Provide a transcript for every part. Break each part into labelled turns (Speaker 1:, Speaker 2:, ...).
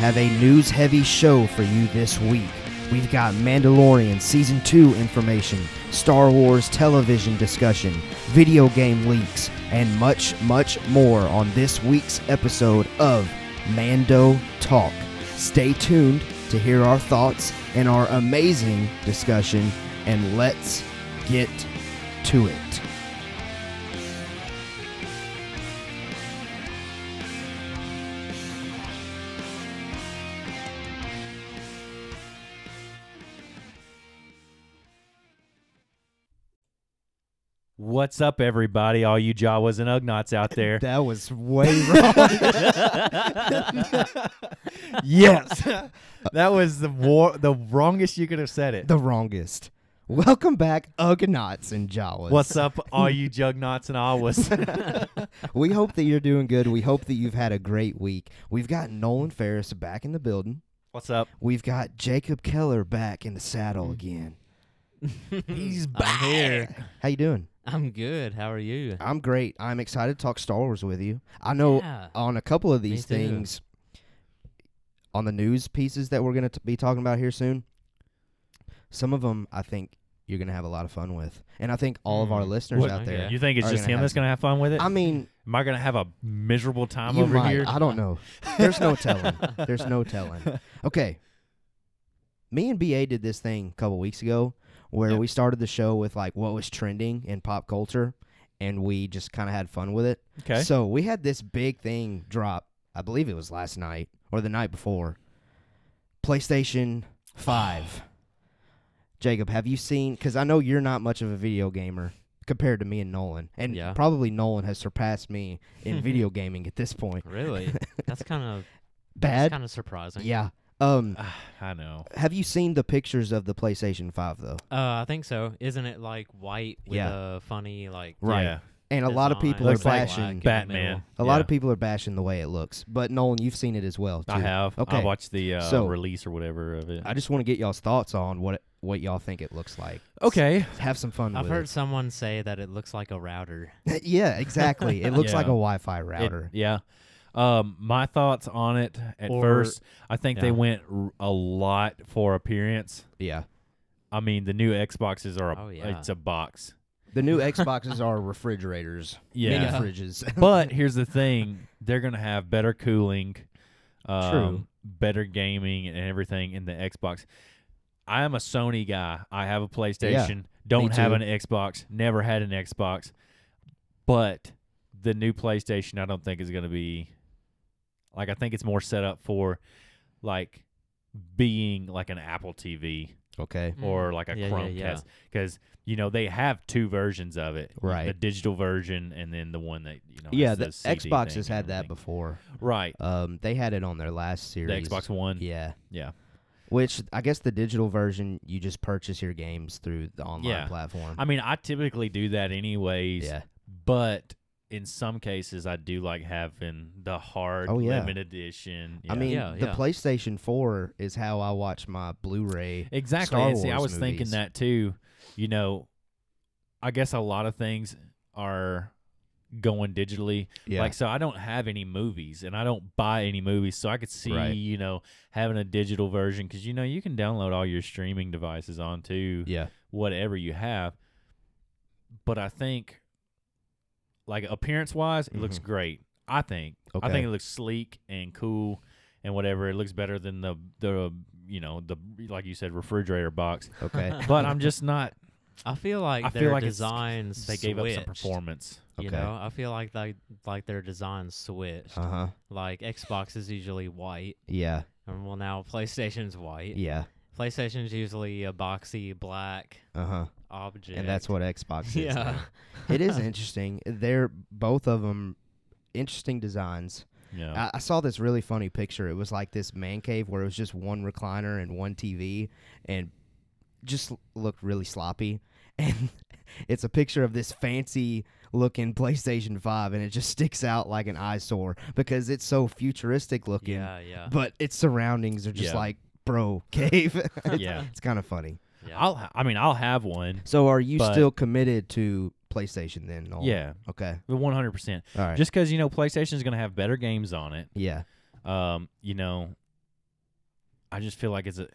Speaker 1: have a news heavy show for you this week. We've got Mandalorian Season 2 information, Star Wars television discussion, video game leaks, and much, much more on this week's episode of Mando Talk. Stay tuned to hear our thoughts and our amazing discussion, and let's get to it.
Speaker 2: What's up, everybody? All you Jawas and Ugnots out there.
Speaker 1: That was way wrong. yes,
Speaker 3: That was the war- the wrongest you could have said it.
Speaker 1: the wrongest. Welcome back, Ugnaughts and Jawas.
Speaker 2: What's up, all you Jugnauts and Awas?
Speaker 1: We hope that you're doing good. We hope that you've had a great week. We've got Nolan Ferris back in the building.
Speaker 2: What's up?
Speaker 1: We've got Jacob Keller back in the
Speaker 4: Mm.
Speaker 1: saddle again.
Speaker 4: He's back. I'm here.
Speaker 1: How you doing?
Speaker 4: I'm good. How are you?
Speaker 1: I'm great. I'm excited to talk Star Wars with you. I know
Speaker 4: Yeah.
Speaker 1: on a couple of these
Speaker 4: too.
Speaker 1: things on the news pieces that we're going to be talking about here soon. Some of them I think you're going to have a lot of fun with. And I think all of our
Speaker 4: Mm.
Speaker 1: listeners
Speaker 2: What-
Speaker 1: out there.
Speaker 4: okay.
Speaker 2: You think it's
Speaker 1: Are
Speaker 2: just
Speaker 1: gonna
Speaker 2: him
Speaker 1: have-
Speaker 2: that's going to have fun with it?
Speaker 1: I mean,
Speaker 2: Am I going to have a miserable time
Speaker 1: you
Speaker 2: over
Speaker 1: might.
Speaker 2: here?
Speaker 1: I don't know. There's no telling. There's no telling. Okay. Me and BA did this thing a couple weeks ago where we started the show with like what was trending in pop culture and we just kind of had fun with it.
Speaker 2: Okay.
Speaker 1: So we had this big thing drop. I believe it was last night or the night before. PlayStation 5. Jacob, have you seen? Because I know you're not much of a video gamer compared to me and Nolan. And
Speaker 4: Yeah.
Speaker 1: probably Nolan has surpassed me in video gaming at this point.
Speaker 4: really? That's kind of that's
Speaker 1: Bad?
Speaker 4: kind of surprising.
Speaker 1: yeah. Um,
Speaker 2: I know.
Speaker 1: have you seen the pictures of the PlayStation 5 though?
Speaker 4: Uh, I think so. Isn't it like white with
Speaker 1: Yeah.
Speaker 4: a funny like?
Speaker 1: Right.
Speaker 2: Yeah.
Speaker 1: And a lot of
Speaker 4: design,
Speaker 1: people
Speaker 2: Looks
Speaker 1: are
Speaker 2: like
Speaker 1: bashing.
Speaker 4: black?
Speaker 2: Batman.
Speaker 1: a lot
Speaker 2: Yeah.
Speaker 1: of people are bashing the way it looks. But Nolan, you've seen it as well. Too.
Speaker 2: I have.
Speaker 1: Okay.
Speaker 2: I watched the uh,
Speaker 1: So-
Speaker 2: release or whatever of it.
Speaker 1: I just want to get y'all's thoughts on what it, what y'all think it looks like.
Speaker 2: okay.
Speaker 1: Have some fun.
Speaker 4: I've
Speaker 1: with
Speaker 4: heard someone say that it looks like a router.
Speaker 1: It. yeah, exactly. It looks like a
Speaker 2: Yeah.
Speaker 1: Wi-Fi
Speaker 2: It-
Speaker 1: router.
Speaker 2: yeah. Um, my thoughts on it at
Speaker 4: Or-
Speaker 2: first, I think they
Speaker 4: yeah.
Speaker 2: went r- a lot for appearance.
Speaker 1: yeah.
Speaker 2: I mean, the new Xboxes are a,
Speaker 4: Oh, yeah.
Speaker 2: it's a box.
Speaker 1: The new Xboxes are refrigerators,
Speaker 2: Yeah.
Speaker 1: mini fridges.
Speaker 2: but here's the thing: they're gonna have better cooling, um,
Speaker 1: True.
Speaker 2: better gaming, and everything in the Xbox. I am a Sony guy. I have a PlayStation. don't have
Speaker 1: too.
Speaker 2: an Xbox. Never had an Xbox. But the new PlayStation, I don't think is gonna be like. I think it's more set up for like being like an Apple TV
Speaker 1: okay.
Speaker 2: or like a
Speaker 4: Mm. Yeah, yeah,
Speaker 2: Chromecast
Speaker 4: yeah.
Speaker 2: because you know they have two versions of it,
Speaker 1: Right.
Speaker 2: The digital version and then the one that you know.
Speaker 1: yeah,
Speaker 2: has
Speaker 1: the,
Speaker 2: CD
Speaker 1: Xbox
Speaker 2: thing
Speaker 1: has
Speaker 2: and
Speaker 1: had that
Speaker 2: everything.
Speaker 1: before.
Speaker 2: right?
Speaker 1: Um, they had it on their last
Speaker 2: The
Speaker 1: series.
Speaker 2: Xbox One, yeah,
Speaker 1: Yeah.
Speaker 2: yeah.
Speaker 1: Which I guess the digital version, you just purchase your games through the online
Speaker 2: Yeah.
Speaker 1: platform.
Speaker 2: I mean, I typically do that anyways,
Speaker 1: yeah.
Speaker 2: but in some cases, I do like having the hard
Speaker 1: Oh, yeah.
Speaker 2: limited edition.
Speaker 1: I mean,
Speaker 4: Yeah,
Speaker 1: the
Speaker 4: yeah.
Speaker 1: PlayStation 4 is how I watch my Blu-ray.
Speaker 2: exactly.
Speaker 1: Star
Speaker 2: and see, I
Speaker 1: Wars
Speaker 2: was thinking
Speaker 1: movies.
Speaker 2: that too. You know, I guess a lot of things are going digitally
Speaker 1: Yeah.
Speaker 2: Like so I don't have any movies and I don't buy any movies so I could see,
Speaker 1: Right.
Speaker 2: you know, having a digital version cuz you know you can download all your streaming devices onto
Speaker 1: yeah.
Speaker 2: whatever you have. But I think like appearance-wise, it looks
Speaker 1: Mhm.
Speaker 2: great. I think. I
Speaker 1: Okay.
Speaker 2: think it looks sleek and cool and whatever. It looks better than the the you know, the like you said refrigerator box.
Speaker 1: Okay.
Speaker 2: But I'm just not
Speaker 4: I feel like
Speaker 2: I feel
Speaker 4: their
Speaker 2: like it's-
Speaker 4: designs
Speaker 2: they gave up some
Speaker 4: switched,
Speaker 2: performance.
Speaker 4: You
Speaker 1: Okay.
Speaker 4: know, I feel like they like their designs switched.
Speaker 1: uh-huh.
Speaker 4: Like Xbox is usually white,
Speaker 1: Yeah.
Speaker 4: and well now PlayStation's white.
Speaker 1: Yeah.
Speaker 4: PlayStation's usually a boxy black
Speaker 1: Uh-huh.
Speaker 4: object.
Speaker 1: And that's what Xbox is.
Speaker 4: Yeah.
Speaker 1: now. it is interesting. They're both of them interesting designs.
Speaker 2: Yeah.
Speaker 1: I, I saw this really funny picture. It was like this man cave where it was just one recliner and one TV, and just l- looked really sloppy. And it's a picture of this fancy looking PlayStation Five, and it just sticks out like an eyesore because it's so futuristic looking.
Speaker 4: Yeah, yeah.
Speaker 1: But its surroundings are just
Speaker 2: Yeah.
Speaker 1: like bro cave. It's-
Speaker 2: yeah.
Speaker 1: It's kind of funny.
Speaker 4: yeah.
Speaker 2: I'll ha- I mean, I'll have one.
Speaker 1: So, are you
Speaker 2: But-
Speaker 1: still committed to PlayStation then? Noel?
Speaker 2: Yeah.
Speaker 1: Okay.
Speaker 2: The 100%.
Speaker 1: All Oh. right.
Speaker 2: Just because, you know, PlayStation is going to have better games on it.
Speaker 1: yeah.
Speaker 2: Um, you know, I just feel like it's a,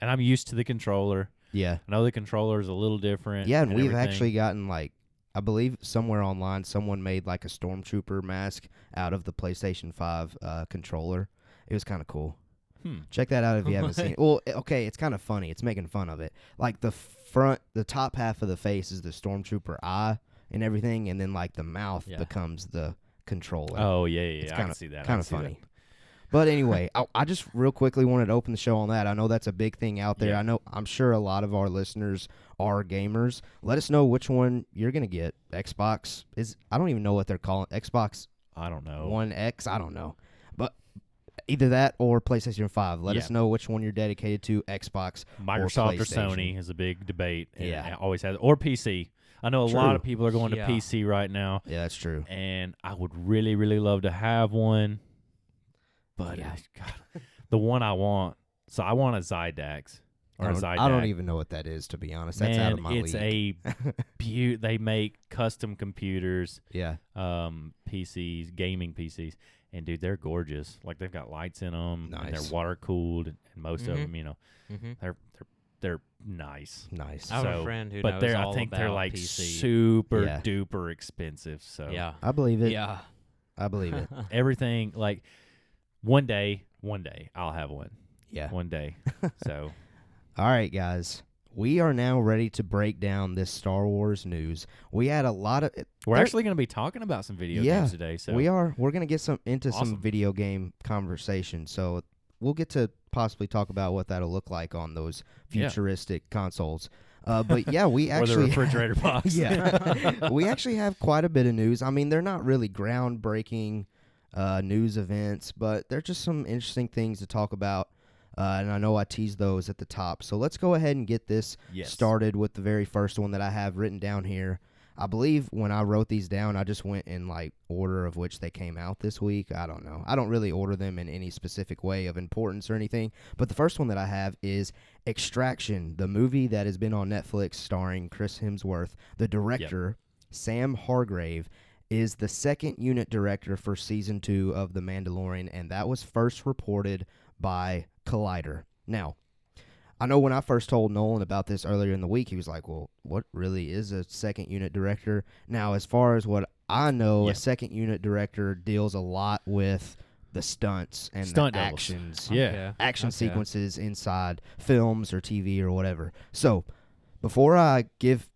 Speaker 2: and I'm used to the controller.
Speaker 1: Yeah.
Speaker 2: I know the controller is a little different.
Speaker 1: Yeah, and, we've
Speaker 2: everything.
Speaker 1: actually gotten like I believe somewhere online someone made like a stormtrooper mask out of the PlayStation 5 uh, controller. It was kind of cool.
Speaker 2: Hmm.
Speaker 1: Check that out if you haven't
Speaker 4: What?
Speaker 1: seen it. Well, i- okay, it's kind of funny. It's making fun of it. Like the front, the top half of the face is the stormtrooper eye and everything, and then like the mouth
Speaker 4: Yeah.
Speaker 1: becomes the controller.
Speaker 2: Oh yeah, yeah,
Speaker 1: It's
Speaker 2: yeah. I
Speaker 1: kinda-
Speaker 2: can see that. I
Speaker 1: kind
Speaker 2: can
Speaker 1: of
Speaker 2: see that.
Speaker 1: funny. But anyway, I, I just real quickly wanted to open the show on that. I know that's a big thing out there.
Speaker 2: Yeah.
Speaker 1: I know I'm sure a lot of our listeners are gamers. Let us know which one you're gonna get. Xbox is I don't even know what they're calling Xbox
Speaker 2: I don't know.
Speaker 1: One X. I don't know, but either that or PlayStation Five. Let
Speaker 2: Yeah.
Speaker 1: us know which one you're dedicated to. Xbox.
Speaker 2: Microsoft or,
Speaker 1: PlayStation.
Speaker 2: Sony is a big debate. and
Speaker 1: Yeah.
Speaker 2: it always has or PC. I know a lot of
Speaker 1: True.
Speaker 2: people are going
Speaker 4: Yeah.
Speaker 2: to PC right now,
Speaker 1: Yeah, that's true.
Speaker 2: and I would really, really love to have one. But
Speaker 1: Yeah.
Speaker 2: uh, God, the one I want. So I want a Zydax or
Speaker 1: I
Speaker 2: a
Speaker 1: don't,
Speaker 2: Zydax.
Speaker 1: I don't even know what that is to be honest. That's
Speaker 2: Man,
Speaker 1: out of my
Speaker 2: it's
Speaker 1: league.
Speaker 2: a beau- They make custom computers,
Speaker 1: yeah,
Speaker 2: um, PCs, gaming PCs, and dude, they're gorgeous. Like they've got lights in them, and
Speaker 1: Nice.
Speaker 2: they're water cooled, and most of
Speaker 4: Mhm.
Speaker 2: them, you know,
Speaker 4: Mm-hmm.
Speaker 2: they're they're they're nice.
Speaker 1: nice.
Speaker 4: I have
Speaker 2: So,
Speaker 4: a friend who
Speaker 2: but
Speaker 4: knows
Speaker 2: they're
Speaker 4: all
Speaker 2: I think
Speaker 4: about
Speaker 2: they're like
Speaker 4: PC.
Speaker 2: super
Speaker 1: Yeah.
Speaker 2: duper expensive. So
Speaker 4: yeah,
Speaker 1: I believe it.
Speaker 4: yeah.
Speaker 1: I believe it.
Speaker 2: everything like one day, one day I'll have one.
Speaker 1: Yeah.
Speaker 2: One day. So
Speaker 1: All right, guys. We are now ready to break down this Star Wars news. We had a lot of
Speaker 2: we're
Speaker 1: There-
Speaker 2: actually going to be talking about some video
Speaker 1: Yeah,
Speaker 2: games today. So
Speaker 1: we are we're going to get some into some
Speaker 2: Awesome.
Speaker 1: video game conversation. So we'll get to possibly talk about what that'll look like on those
Speaker 2: Yeah.
Speaker 1: futuristic consoles. Uh, but yeah, we
Speaker 2: or the
Speaker 1: actually
Speaker 2: refrigerator box.
Speaker 1: yeah. we actually have quite a bit of news. I mean, they're not really groundbreaking uh, news events, but they're just some interesting things to talk about. Uh, and I know I teased those at the top. So let's go ahead and get this
Speaker 2: Yes.
Speaker 1: started with the very first one that I have written down here. I believe when I wrote these down, I just went in like order of which they came out this week. I don't know. I don't really order them in any specific way of importance or anything. But the first one that I have is Extraction, the movie that has been on Netflix starring Chris Hemsworth. The director, Sam Hargrave, is the second unit director for season two of The Mandalorian, and that was first reported by Collider. Now, I know when I first told Nolan about this earlier in the week, he was like, "Well, what really is a second unit director?" Now, as far as what I know,
Speaker 2: Yeah.
Speaker 1: a second unit director deals a lot with the stunts and
Speaker 2: Stunt
Speaker 1: the
Speaker 2: doubles.
Speaker 1: actions
Speaker 2: Yeah.
Speaker 1: action
Speaker 4: Okay.
Speaker 1: sequences inside films or TV or whatever. So, before I give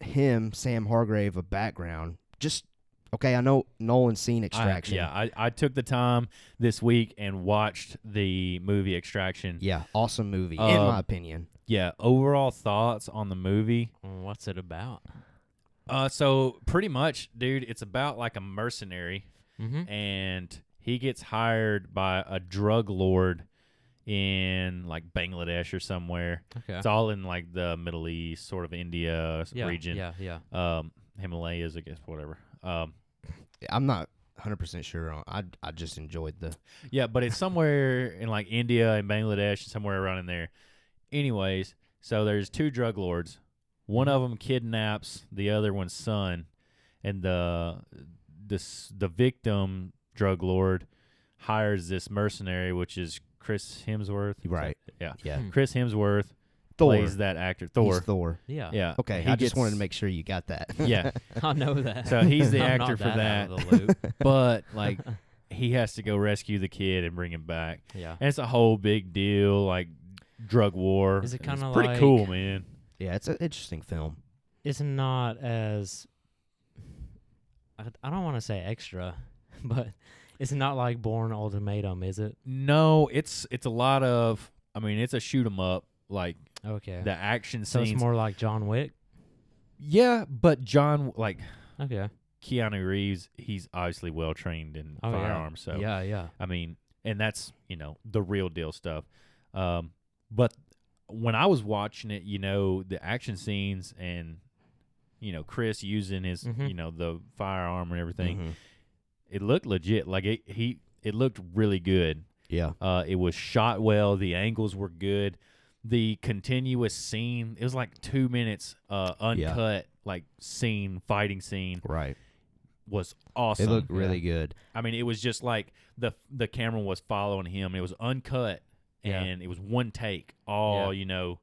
Speaker 1: him Sam Hargrave a background, just okay, I know Nolan's seen Extraction.
Speaker 2: I, yeah, I, I took the time this week and watched the movie Extraction.
Speaker 1: Yeah, awesome movie in
Speaker 2: Um,
Speaker 1: my opinion.
Speaker 2: yeah overall thoughts on the movie.
Speaker 4: Mm, What's it about?
Speaker 2: Uh, so pretty much, dude, it's about like a mercenary
Speaker 4: Mm-hmm.
Speaker 2: and he gets hired by a drug lord in like Bangladesh or somewhere.
Speaker 4: Okay.
Speaker 2: It's all in like the Middle East, sort of India s-
Speaker 4: yeah,
Speaker 2: region,
Speaker 4: Yeah, yeah.
Speaker 2: um, Himalayas, I guess, whatever. Um,
Speaker 1: I'm not 100% sure on I I just enjoyed the
Speaker 2: yeah, but it's somewhere in like India and Bangladesh, somewhere around in there. Anyways, so there's two drug lords. One of them kidnaps the other one's son, and the the s- the victim drug lord hires this mercenary, which is Chris Hemsworth.
Speaker 1: Right.
Speaker 2: Yeah.
Speaker 1: Yeah.
Speaker 4: Hmm.
Speaker 2: Chris Hemsworth
Speaker 1: Thor.
Speaker 2: plays that actor, Thor.
Speaker 1: He's Thor.
Speaker 4: Yeah.
Speaker 2: Yeah.
Speaker 1: Okay,
Speaker 2: He
Speaker 1: I just wanted to
Speaker 2: gets-
Speaker 1: make sure you got that.
Speaker 2: yeah,
Speaker 4: I know that.
Speaker 2: So he's the
Speaker 4: I'm
Speaker 2: actor
Speaker 4: not
Speaker 2: for
Speaker 4: out of the loop.
Speaker 2: but like he has to go rescue the kid and bring him back,
Speaker 4: yeah.
Speaker 2: and it's a whole big deal, like drug war.
Speaker 4: Is it
Speaker 2: It's
Speaker 4: kinda
Speaker 2: pretty
Speaker 4: like-
Speaker 2: cool, man?
Speaker 1: yeah, it's an interesting film.
Speaker 4: It's not as I, I don't want to say extra, but it's not like Born Ultimatum, is it?
Speaker 2: No, it's it's a lot of. I mean, it's a shoot 'em up, like
Speaker 4: Okay.
Speaker 2: the action
Speaker 4: so
Speaker 2: scenes.
Speaker 4: it's more like John Wick.
Speaker 2: yeah, but John, like
Speaker 4: Okay.
Speaker 2: Keanu Reeves, he's obviously well trained in
Speaker 4: Oh, yeah.
Speaker 2: firearms. So
Speaker 4: Yeah, yeah.
Speaker 2: I mean, and that's you know the real deal stuff. Um, but when I was watching it, you know, the action scenes and you know Chris using his
Speaker 4: Mhm.
Speaker 2: you know the firearm and everything,
Speaker 1: Mhm.
Speaker 4: Mm-hmm.
Speaker 2: it looked legit. Like it he it looked really good.
Speaker 1: Yeah.
Speaker 2: Uh, it was shot well. The angles were good. The continuous scene it was like two minutes uh,
Speaker 1: Yeah.
Speaker 2: uncut like scene fighting scene
Speaker 1: Right.
Speaker 2: was awesome.
Speaker 1: It looked
Speaker 4: yeah.
Speaker 1: really good.
Speaker 2: I mean, it was just like the the camera was following him. It was uncut.
Speaker 4: Yeah.
Speaker 2: and it was one take. All you know,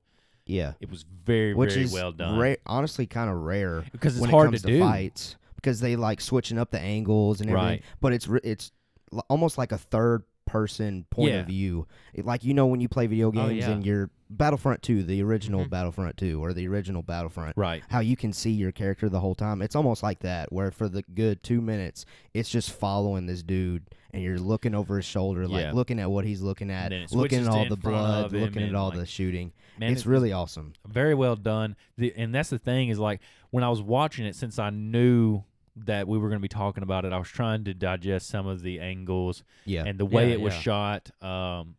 Speaker 1: Yeah,
Speaker 2: it was very
Speaker 1: which
Speaker 2: very
Speaker 1: is
Speaker 2: well done
Speaker 1: ra- honestly, kind of rare
Speaker 2: because it's
Speaker 1: when
Speaker 2: hard
Speaker 1: it comes
Speaker 2: to do.
Speaker 1: fights because they like switching up the angles and everything.
Speaker 2: Right.
Speaker 1: But it's re- it's l- almost like a third person point of
Speaker 2: Yeah.
Speaker 1: view. It- like you know when you play video
Speaker 4: Oh,
Speaker 1: games
Speaker 4: yeah.
Speaker 1: and you're Battlefront 2, the original
Speaker 4: Mhm.
Speaker 1: Battlefront 2 or the original Battlefront.
Speaker 2: Mm-hmm. Right.
Speaker 1: How you can see your character the whole time. It's almost like that where for the good 2 minutes it's just following this dude and you're looking over his shoulder like
Speaker 2: Yeah.
Speaker 1: looking at what he's looking at,
Speaker 2: then it
Speaker 1: looking
Speaker 2: switches
Speaker 1: at
Speaker 2: to
Speaker 1: all
Speaker 2: in
Speaker 1: the
Speaker 2: front
Speaker 1: blood,
Speaker 2: of him
Speaker 1: looking at
Speaker 2: and,
Speaker 1: all
Speaker 2: like,
Speaker 1: the shooting.
Speaker 2: Man,
Speaker 1: it's
Speaker 2: it-
Speaker 1: really awesome.
Speaker 2: very well done. The, and that's the thing is like when I was watching it, since I knew that we were going to be talking about it, I was trying to digest some of the angles
Speaker 1: Yeah.
Speaker 2: and the way
Speaker 4: Yeah,
Speaker 2: it was
Speaker 4: yeah.
Speaker 2: shot, um,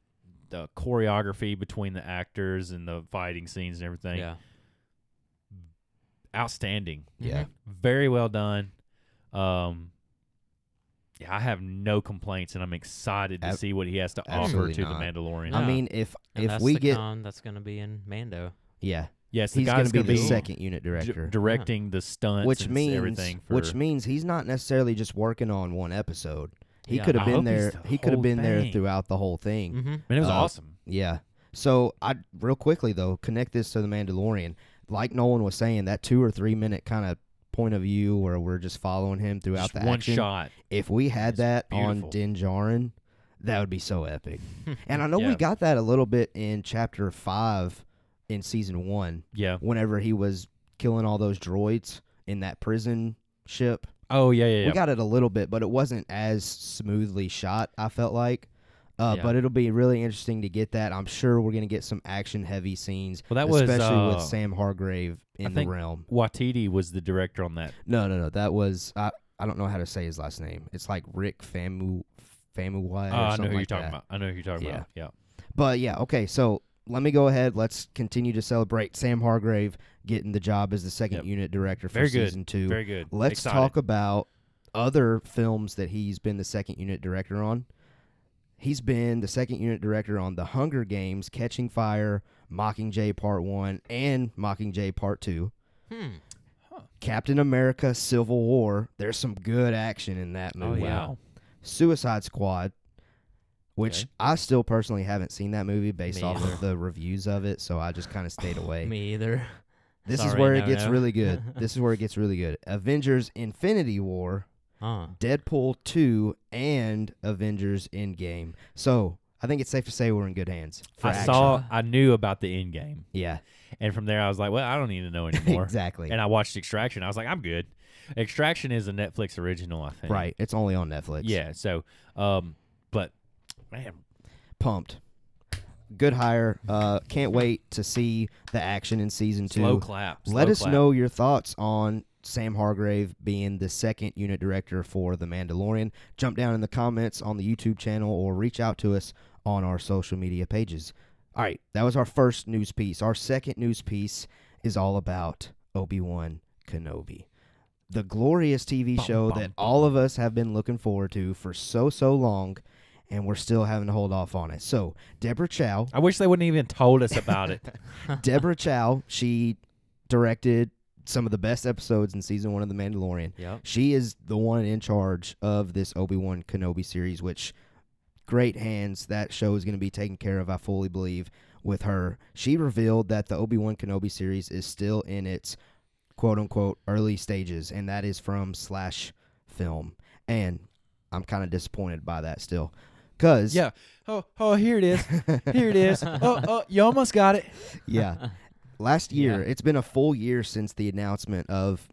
Speaker 2: the choreography between the actors and the fighting scenes and everything.
Speaker 4: Yeah.
Speaker 2: Outstanding.
Speaker 4: Mm-hmm.
Speaker 1: yeah.
Speaker 2: Very well done. Um, yeah, I have no complaints, and I'm excited to
Speaker 1: Ab-
Speaker 2: see what he has to offer
Speaker 1: absolutely
Speaker 2: to
Speaker 1: not.
Speaker 2: the Mandalorian.
Speaker 1: I
Speaker 4: Yeah.
Speaker 1: mean if
Speaker 4: And
Speaker 1: if
Speaker 4: that's
Speaker 1: we
Speaker 4: the
Speaker 1: get
Speaker 4: con that's gonna be in Mando.
Speaker 1: yeah,
Speaker 2: yes, the
Speaker 1: he's
Speaker 2: guy's
Speaker 1: going to be the
Speaker 4: be
Speaker 1: second unit
Speaker 2: d-
Speaker 1: director,
Speaker 2: directing the stunts,
Speaker 1: which
Speaker 2: and
Speaker 1: means
Speaker 2: everything. For,
Speaker 1: which means he's not necessarily just working on one episode. He
Speaker 4: Yeah.
Speaker 1: could have
Speaker 2: I
Speaker 1: been
Speaker 2: hope he's
Speaker 1: there.
Speaker 2: the
Speaker 1: He could have
Speaker 2: whole
Speaker 1: been there
Speaker 2: thing.
Speaker 1: throughout the whole thing.
Speaker 4: Mm-hmm.
Speaker 2: man, it was
Speaker 1: uh,
Speaker 2: awesome.
Speaker 1: Yeah. So I real quickly though connect this to the Mandalorian. Like Nolan was saying, that two or three minute kind of point of view where we're just following him throughout
Speaker 2: Just
Speaker 1: the
Speaker 2: one
Speaker 1: action.
Speaker 2: shot.
Speaker 1: If we had
Speaker 2: It's
Speaker 1: that on
Speaker 2: beautiful.
Speaker 1: Din Djarin, that would be so epic. and I know we
Speaker 2: Yeah.
Speaker 1: got that a little bit in chapter five in season one.
Speaker 2: Yeah.
Speaker 1: whenever he was killing all those droids in that prison ship.
Speaker 2: Oh yeah, yeah.
Speaker 1: We got it a little bit, but it wasn't as smoothly shot, I felt like. Uh,
Speaker 4: Yeah.
Speaker 1: But it'll be really interesting to get that. I'm sure we're going to get some action heavy scenes,
Speaker 2: well, that was
Speaker 1: especially
Speaker 2: uh,
Speaker 1: with Sam Hargrave in
Speaker 2: I
Speaker 1: the
Speaker 2: think-
Speaker 1: realm.
Speaker 2: Watiti was the director on that.
Speaker 1: No, no, no. That was, I, I don't know how to say his last name. It's like Rick Famu, Famuyiwa.
Speaker 2: Oh,
Speaker 1: or
Speaker 2: I know
Speaker 1: something
Speaker 2: who you're
Speaker 1: like
Speaker 2: talking
Speaker 1: that.
Speaker 2: about. I know who you're talking
Speaker 1: Yeah.
Speaker 2: about. Yeah.
Speaker 1: But yeah, okay. So let me go ahead. Let's continue to celebrate Sam Hargrave getting the job as the second
Speaker 2: Yep.
Speaker 1: unit director for
Speaker 2: Very good.
Speaker 1: season two.
Speaker 2: Very good.
Speaker 1: Let's
Speaker 2: Excited.
Speaker 1: talk about other films that he's been the second unit director on. He's been the second unit director on The Hunger Games, Catching Fire, Mockingjay Part 1, and Mockingjay Part 2.
Speaker 4: Hmm.
Speaker 1: Captain America Civil War. There's some good action in that
Speaker 4: Oh,
Speaker 1: movie.
Speaker 4: yeah.
Speaker 2: Wow.
Speaker 1: Suicide Squad, which
Speaker 2: Okay.
Speaker 1: I still personally haven't seen that movie based
Speaker 4: Me
Speaker 1: off
Speaker 4: either.
Speaker 1: of the reviews of it, so I just kind of stayed away.
Speaker 4: Me either.
Speaker 1: this is
Speaker 4: Sorry,
Speaker 1: where it
Speaker 4: no,
Speaker 1: gets
Speaker 4: no.
Speaker 1: really good. this is where it gets really good. Avengers Infinity War,
Speaker 4: Huh.
Speaker 1: Deadpool 2, and Avengers Endgame. So I think it's safe to say we're in good hands. for
Speaker 2: I
Speaker 1: action.
Speaker 2: saw. I knew about the end game,
Speaker 1: Yeah,
Speaker 2: and from there I was like, well, I don't need to know anymore.
Speaker 1: exactly.
Speaker 2: And I watched Extraction. I was like, I'm good. Extraction is a Netflix original, I think.
Speaker 1: Right. It's only on Netflix.
Speaker 2: Yeah. So, um, but man,
Speaker 1: Pumped. Good hire. Uh, can't wait to see the action in season two.
Speaker 2: slow clap. slow
Speaker 1: Let us
Speaker 2: clap.
Speaker 1: know your thoughts on Sam Hargrave being the second unit director for The Mandalorian. Jump down in the comments on the YouTube channel or reach out to us on our social media pages. All right, that was our first news piece. Our second news piece is all about Obi Wan Kenobi. The glorious TV
Speaker 2: Bum,
Speaker 1: show
Speaker 2: bum,
Speaker 1: that
Speaker 2: bum.
Speaker 1: all of us have been looking forward to for so, so long, and we're still having to hold off on it. So, Deborah Chow
Speaker 2: I wish they wouldn't even told us about it.
Speaker 1: Deborah Chow, she directed some of the best episodes in season one of The Mandalorian.
Speaker 4: Yep.
Speaker 1: She is the one in charge of this Obi Wan Kenobi series, which great hands that show is going to be taken care of. I fully believe with her. She revealed that the Obi Wan Kenobi series is still in its quote unquote early stages, and that is from slash film. And I'm kind of disappointed by that still, because
Speaker 2: Yeah. Oh, oh, here it is. Here it is. Oh, oh, you almost got it.
Speaker 1: yeah. Last year,
Speaker 4: Yeah.
Speaker 1: it's been a full year since the announcement of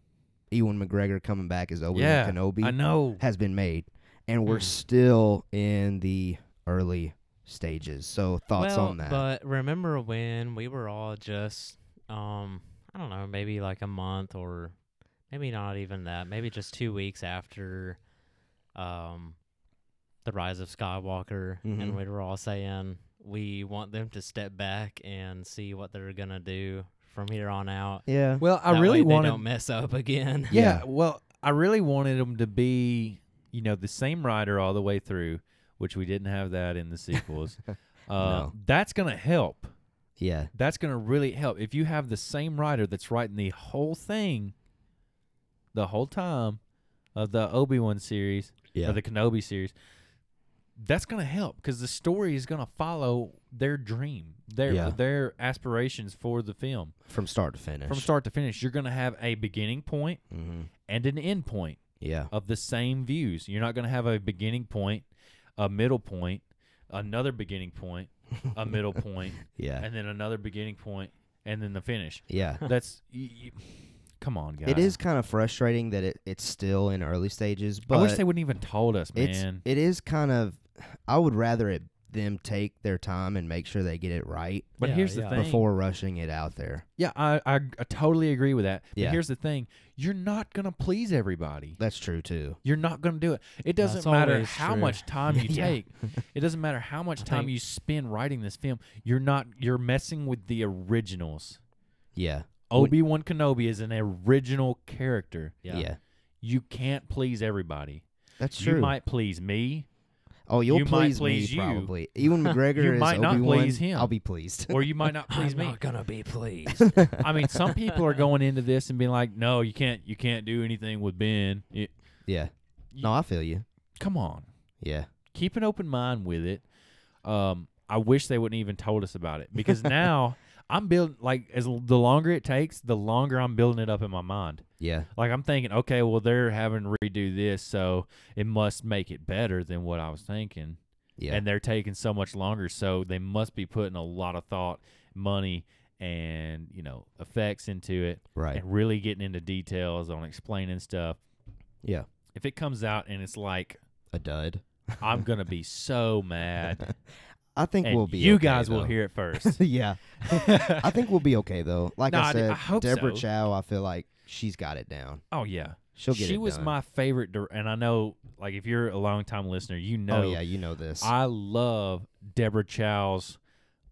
Speaker 1: Ewan McGregor coming back as Obi Wan
Speaker 2: Yeah,
Speaker 1: Kenobi
Speaker 2: I Mm. know.
Speaker 1: has been made, and we're
Speaker 4: Mhm.
Speaker 1: still in the early stages. So thoughts
Speaker 4: well,
Speaker 1: on that?
Speaker 4: But remember when we were all just, um, I don't know, maybe like a month or maybe not even that, maybe just two weeks after, um, the rise of Skywalker,
Speaker 1: Mhm.
Speaker 4: and we were all saying we want them to step back and see what they're gonna do from here on out.
Speaker 1: yeah,
Speaker 2: Well, I
Speaker 4: That
Speaker 2: really
Speaker 4: way they
Speaker 2: wanted.
Speaker 4: don't mess up again.
Speaker 2: yeah,
Speaker 1: Yeah.
Speaker 2: Well, I really wanted them to be, you know, the same writer all the way through, which we didn't have that in the sequels. uh,
Speaker 1: No.
Speaker 2: That's gonna help.
Speaker 1: yeah,
Speaker 2: That's gonna really help if you have the same writer that's writing the whole thing, the whole time, of the Obi Wan series
Speaker 1: yeah.
Speaker 2: or the Kenobi series. that's going to help because the story is going to follow their dream, their
Speaker 1: Yeah.
Speaker 2: their aspirations for the film
Speaker 1: from start to finish.
Speaker 2: from start to finish. You're going to have a beginning point
Speaker 1: hmm
Speaker 2: and an end point
Speaker 1: Yeah.
Speaker 2: of the same views. You're not going to have a beginning point, a middle point, another beginning point, a middle point,
Speaker 1: Yeah.
Speaker 2: and then another beginning point, and then the finish.
Speaker 1: Yeah.
Speaker 2: That's y y come on, guys.
Speaker 1: It is kind of frustrating that it, it's still in early stages, but
Speaker 2: I wish they wouldn't even told us,
Speaker 1: it's
Speaker 2: man.
Speaker 1: it is kind of. I would rather it them take their time and make sure they get it right
Speaker 2: but
Speaker 4: Yeah,
Speaker 2: here's the
Speaker 4: yeah.
Speaker 2: thing.
Speaker 1: before rushing it out there.
Speaker 2: yeah, I, I I totally agree with that. But
Speaker 1: Yeah.
Speaker 2: here's the thing: you're not gonna please everybody.
Speaker 1: That's true too.
Speaker 2: You're not gonna do it. It doesn't
Speaker 4: That's
Speaker 2: matter
Speaker 4: always
Speaker 2: how
Speaker 4: true.
Speaker 2: much time you
Speaker 1: Yeah.
Speaker 2: take. It doesn't matter how much
Speaker 4: I
Speaker 2: time
Speaker 4: think-
Speaker 2: you spend writing this film. You're not. You're messing with the originals.
Speaker 1: Yeah. Would-
Speaker 2: Obi Wan Kenobi is an original character.
Speaker 1: Yeah.
Speaker 2: You can't please everybody.
Speaker 1: That's true.
Speaker 2: You might please me,
Speaker 1: oh, you'll
Speaker 2: you might
Speaker 1: please,
Speaker 2: please
Speaker 1: me
Speaker 2: you.
Speaker 1: probably. Ewan McGregor
Speaker 2: You
Speaker 1: is
Speaker 2: might not
Speaker 1: Obi-Wan,
Speaker 2: please him.
Speaker 1: I'll be pleased.
Speaker 2: or you might not please
Speaker 4: I'm
Speaker 2: me.
Speaker 4: not gonna be pleased.
Speaker 2: I mean, some people are going into this and being like, "No, you can't. You can't do anything with Ben." It-
Speaker 1: yeah. No, I feel you.
Speaker 2: come on,
Speaker 1: Yeah.
Speaker 2: keep an open mind with it. Um, I wish they wouldn't even told us about it because now I'm building like as l- the longer it takes, the longer I'm building it up in my mind.
Speaker 1: Yeah.
Speaker 2: Like I'm thinking, okay, well they're having to redo this, so it must make it better than what I was thinking.
Speaker 1: Yeah.
Speaker 2: And they're taking so much longer, so they must be putting a lot of thought, money, and you know effects into it.
Speaker 1: right.
Speaker 2: and really getting into details on explaining stuff.
Speaker 1: Yeah.
Speaker 2: If it comes out and it's like,
Speaker 1: A dud.
Speaker 2: I'm gonna be so mad,
Speaker 1: I think
Speaker 2: and
Speaker 1: we'll be.
Speaker 2: you
Speaker 1: okay,
Speaker 2: guys will
Speaker 1: though.
Speaker 2: hear it first.
Speaker 1: yeah. I think we'll be okay though. Like
Speaker 2: No,
Speaker 1: I
Speaker 2: I d-
Speaker 1: said,
Speaker 2: I hope
Speaker 1: Deborah
Speaker 2: so.
Speaker 1: Chow, I feel like she's got it down.
Speaker 2: oh yeah,
Speaker 1: She'll get it.
Speaker 2: she was
Speaker 1: done.
Speaker 2: my favorite, dir- and I know, like, if you're a long time listener, you know,
Speaker 1: Oh yeah, you know this.
Speaker 2: I love Deborah Chow's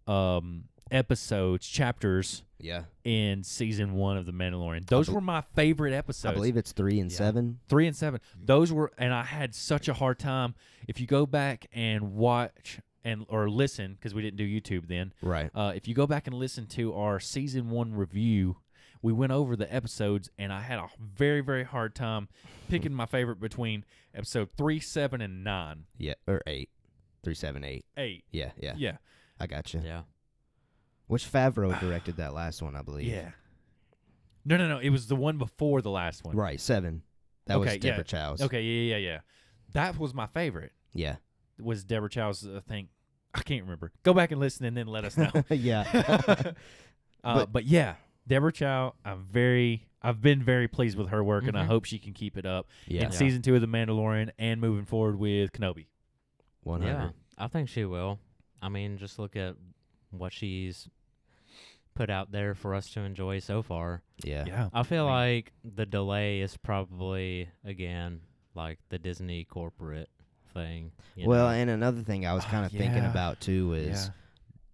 Speaker 2: um, episodes, chapters
Speaker 1: yeah.
Speaker 2: in season one of The Mandalorian. Those
Speaker 1: bel-
Speaker 2: were my favorite episodes.
Speaker 1: I believe it's three and
Speaker 2: Yeah.
Speaker 1: seven.
Speaker 2: three and seven. Those were, and I had such a hard time. If you go back and watch and or listen, because we didn't do YouTube then.
Speaker 1: Right.
Speaker 2: Uh, if you go back and listen to our season one review, we went over the episodes, and I had a very very hard time picking my favorite between episode three, seven, and nine,
Speaker 1: Yeah. Or eight. Three, seven, eight.
Speaker 2: eight.
Speaker 1: Yeah. Yeah.
Speaker 2: Yeah,
Speaker 1: I got gotcha. you.
Speaker 4: yeah.
Speaker 1: Which Favreau directed that last one, I believe.
Speaker 2: yeah. No, no, no. It was the one before the last one.
Speaker 1: Right. Seven. That
Speaker 2: Okay,
Speaker 1: was
Speaker 2: yeah.
Speaker 1: Deborah Chow's.
Speaker 2: Okay. Yeah, yeah, yeah. That was my favorite.
Speaker 1: Yeah.
Speaker 2: was Deborah Chow's uh, thing. I can't remember. Go back and listen and then let us know.
Speaker 1: yeah.
Speaker 2: uh, but,
Speaker 1: But-
Speaker 2: yeah, Deborah Chow, I'm very, I've been very pleased with her work, and I
Speaker 4: Mhm.
Speaker 2: hope she can keep it up
Speaker 1: Mm-hmm. Yeah.
Speaker 2: in season two of The Mandalorian and moving forward with Kenobi.
Speaker 1: One
Speaker 4: Yeah,
Speaker 1: hundred.
Speaker 4: I think she will. I mean, just look at what she's put out there for us to enjoy so far.
Speaker 1: Yeah.
Speaker 2: Yeah,
Speaker 4: I feel
Speaker 2: I
Speaker 4: like the delay is probably again like the Disney corporate thing. you
Speaker 1: Well,
Speaker 4: know?
Speaker 1: and another thing I was
Speaker 2: Ah,
Speaker 1: kind of thinking
Speaker 2: yeah.
Speaker 1: about too
Speaker 2: yeah.
Speaker 1: is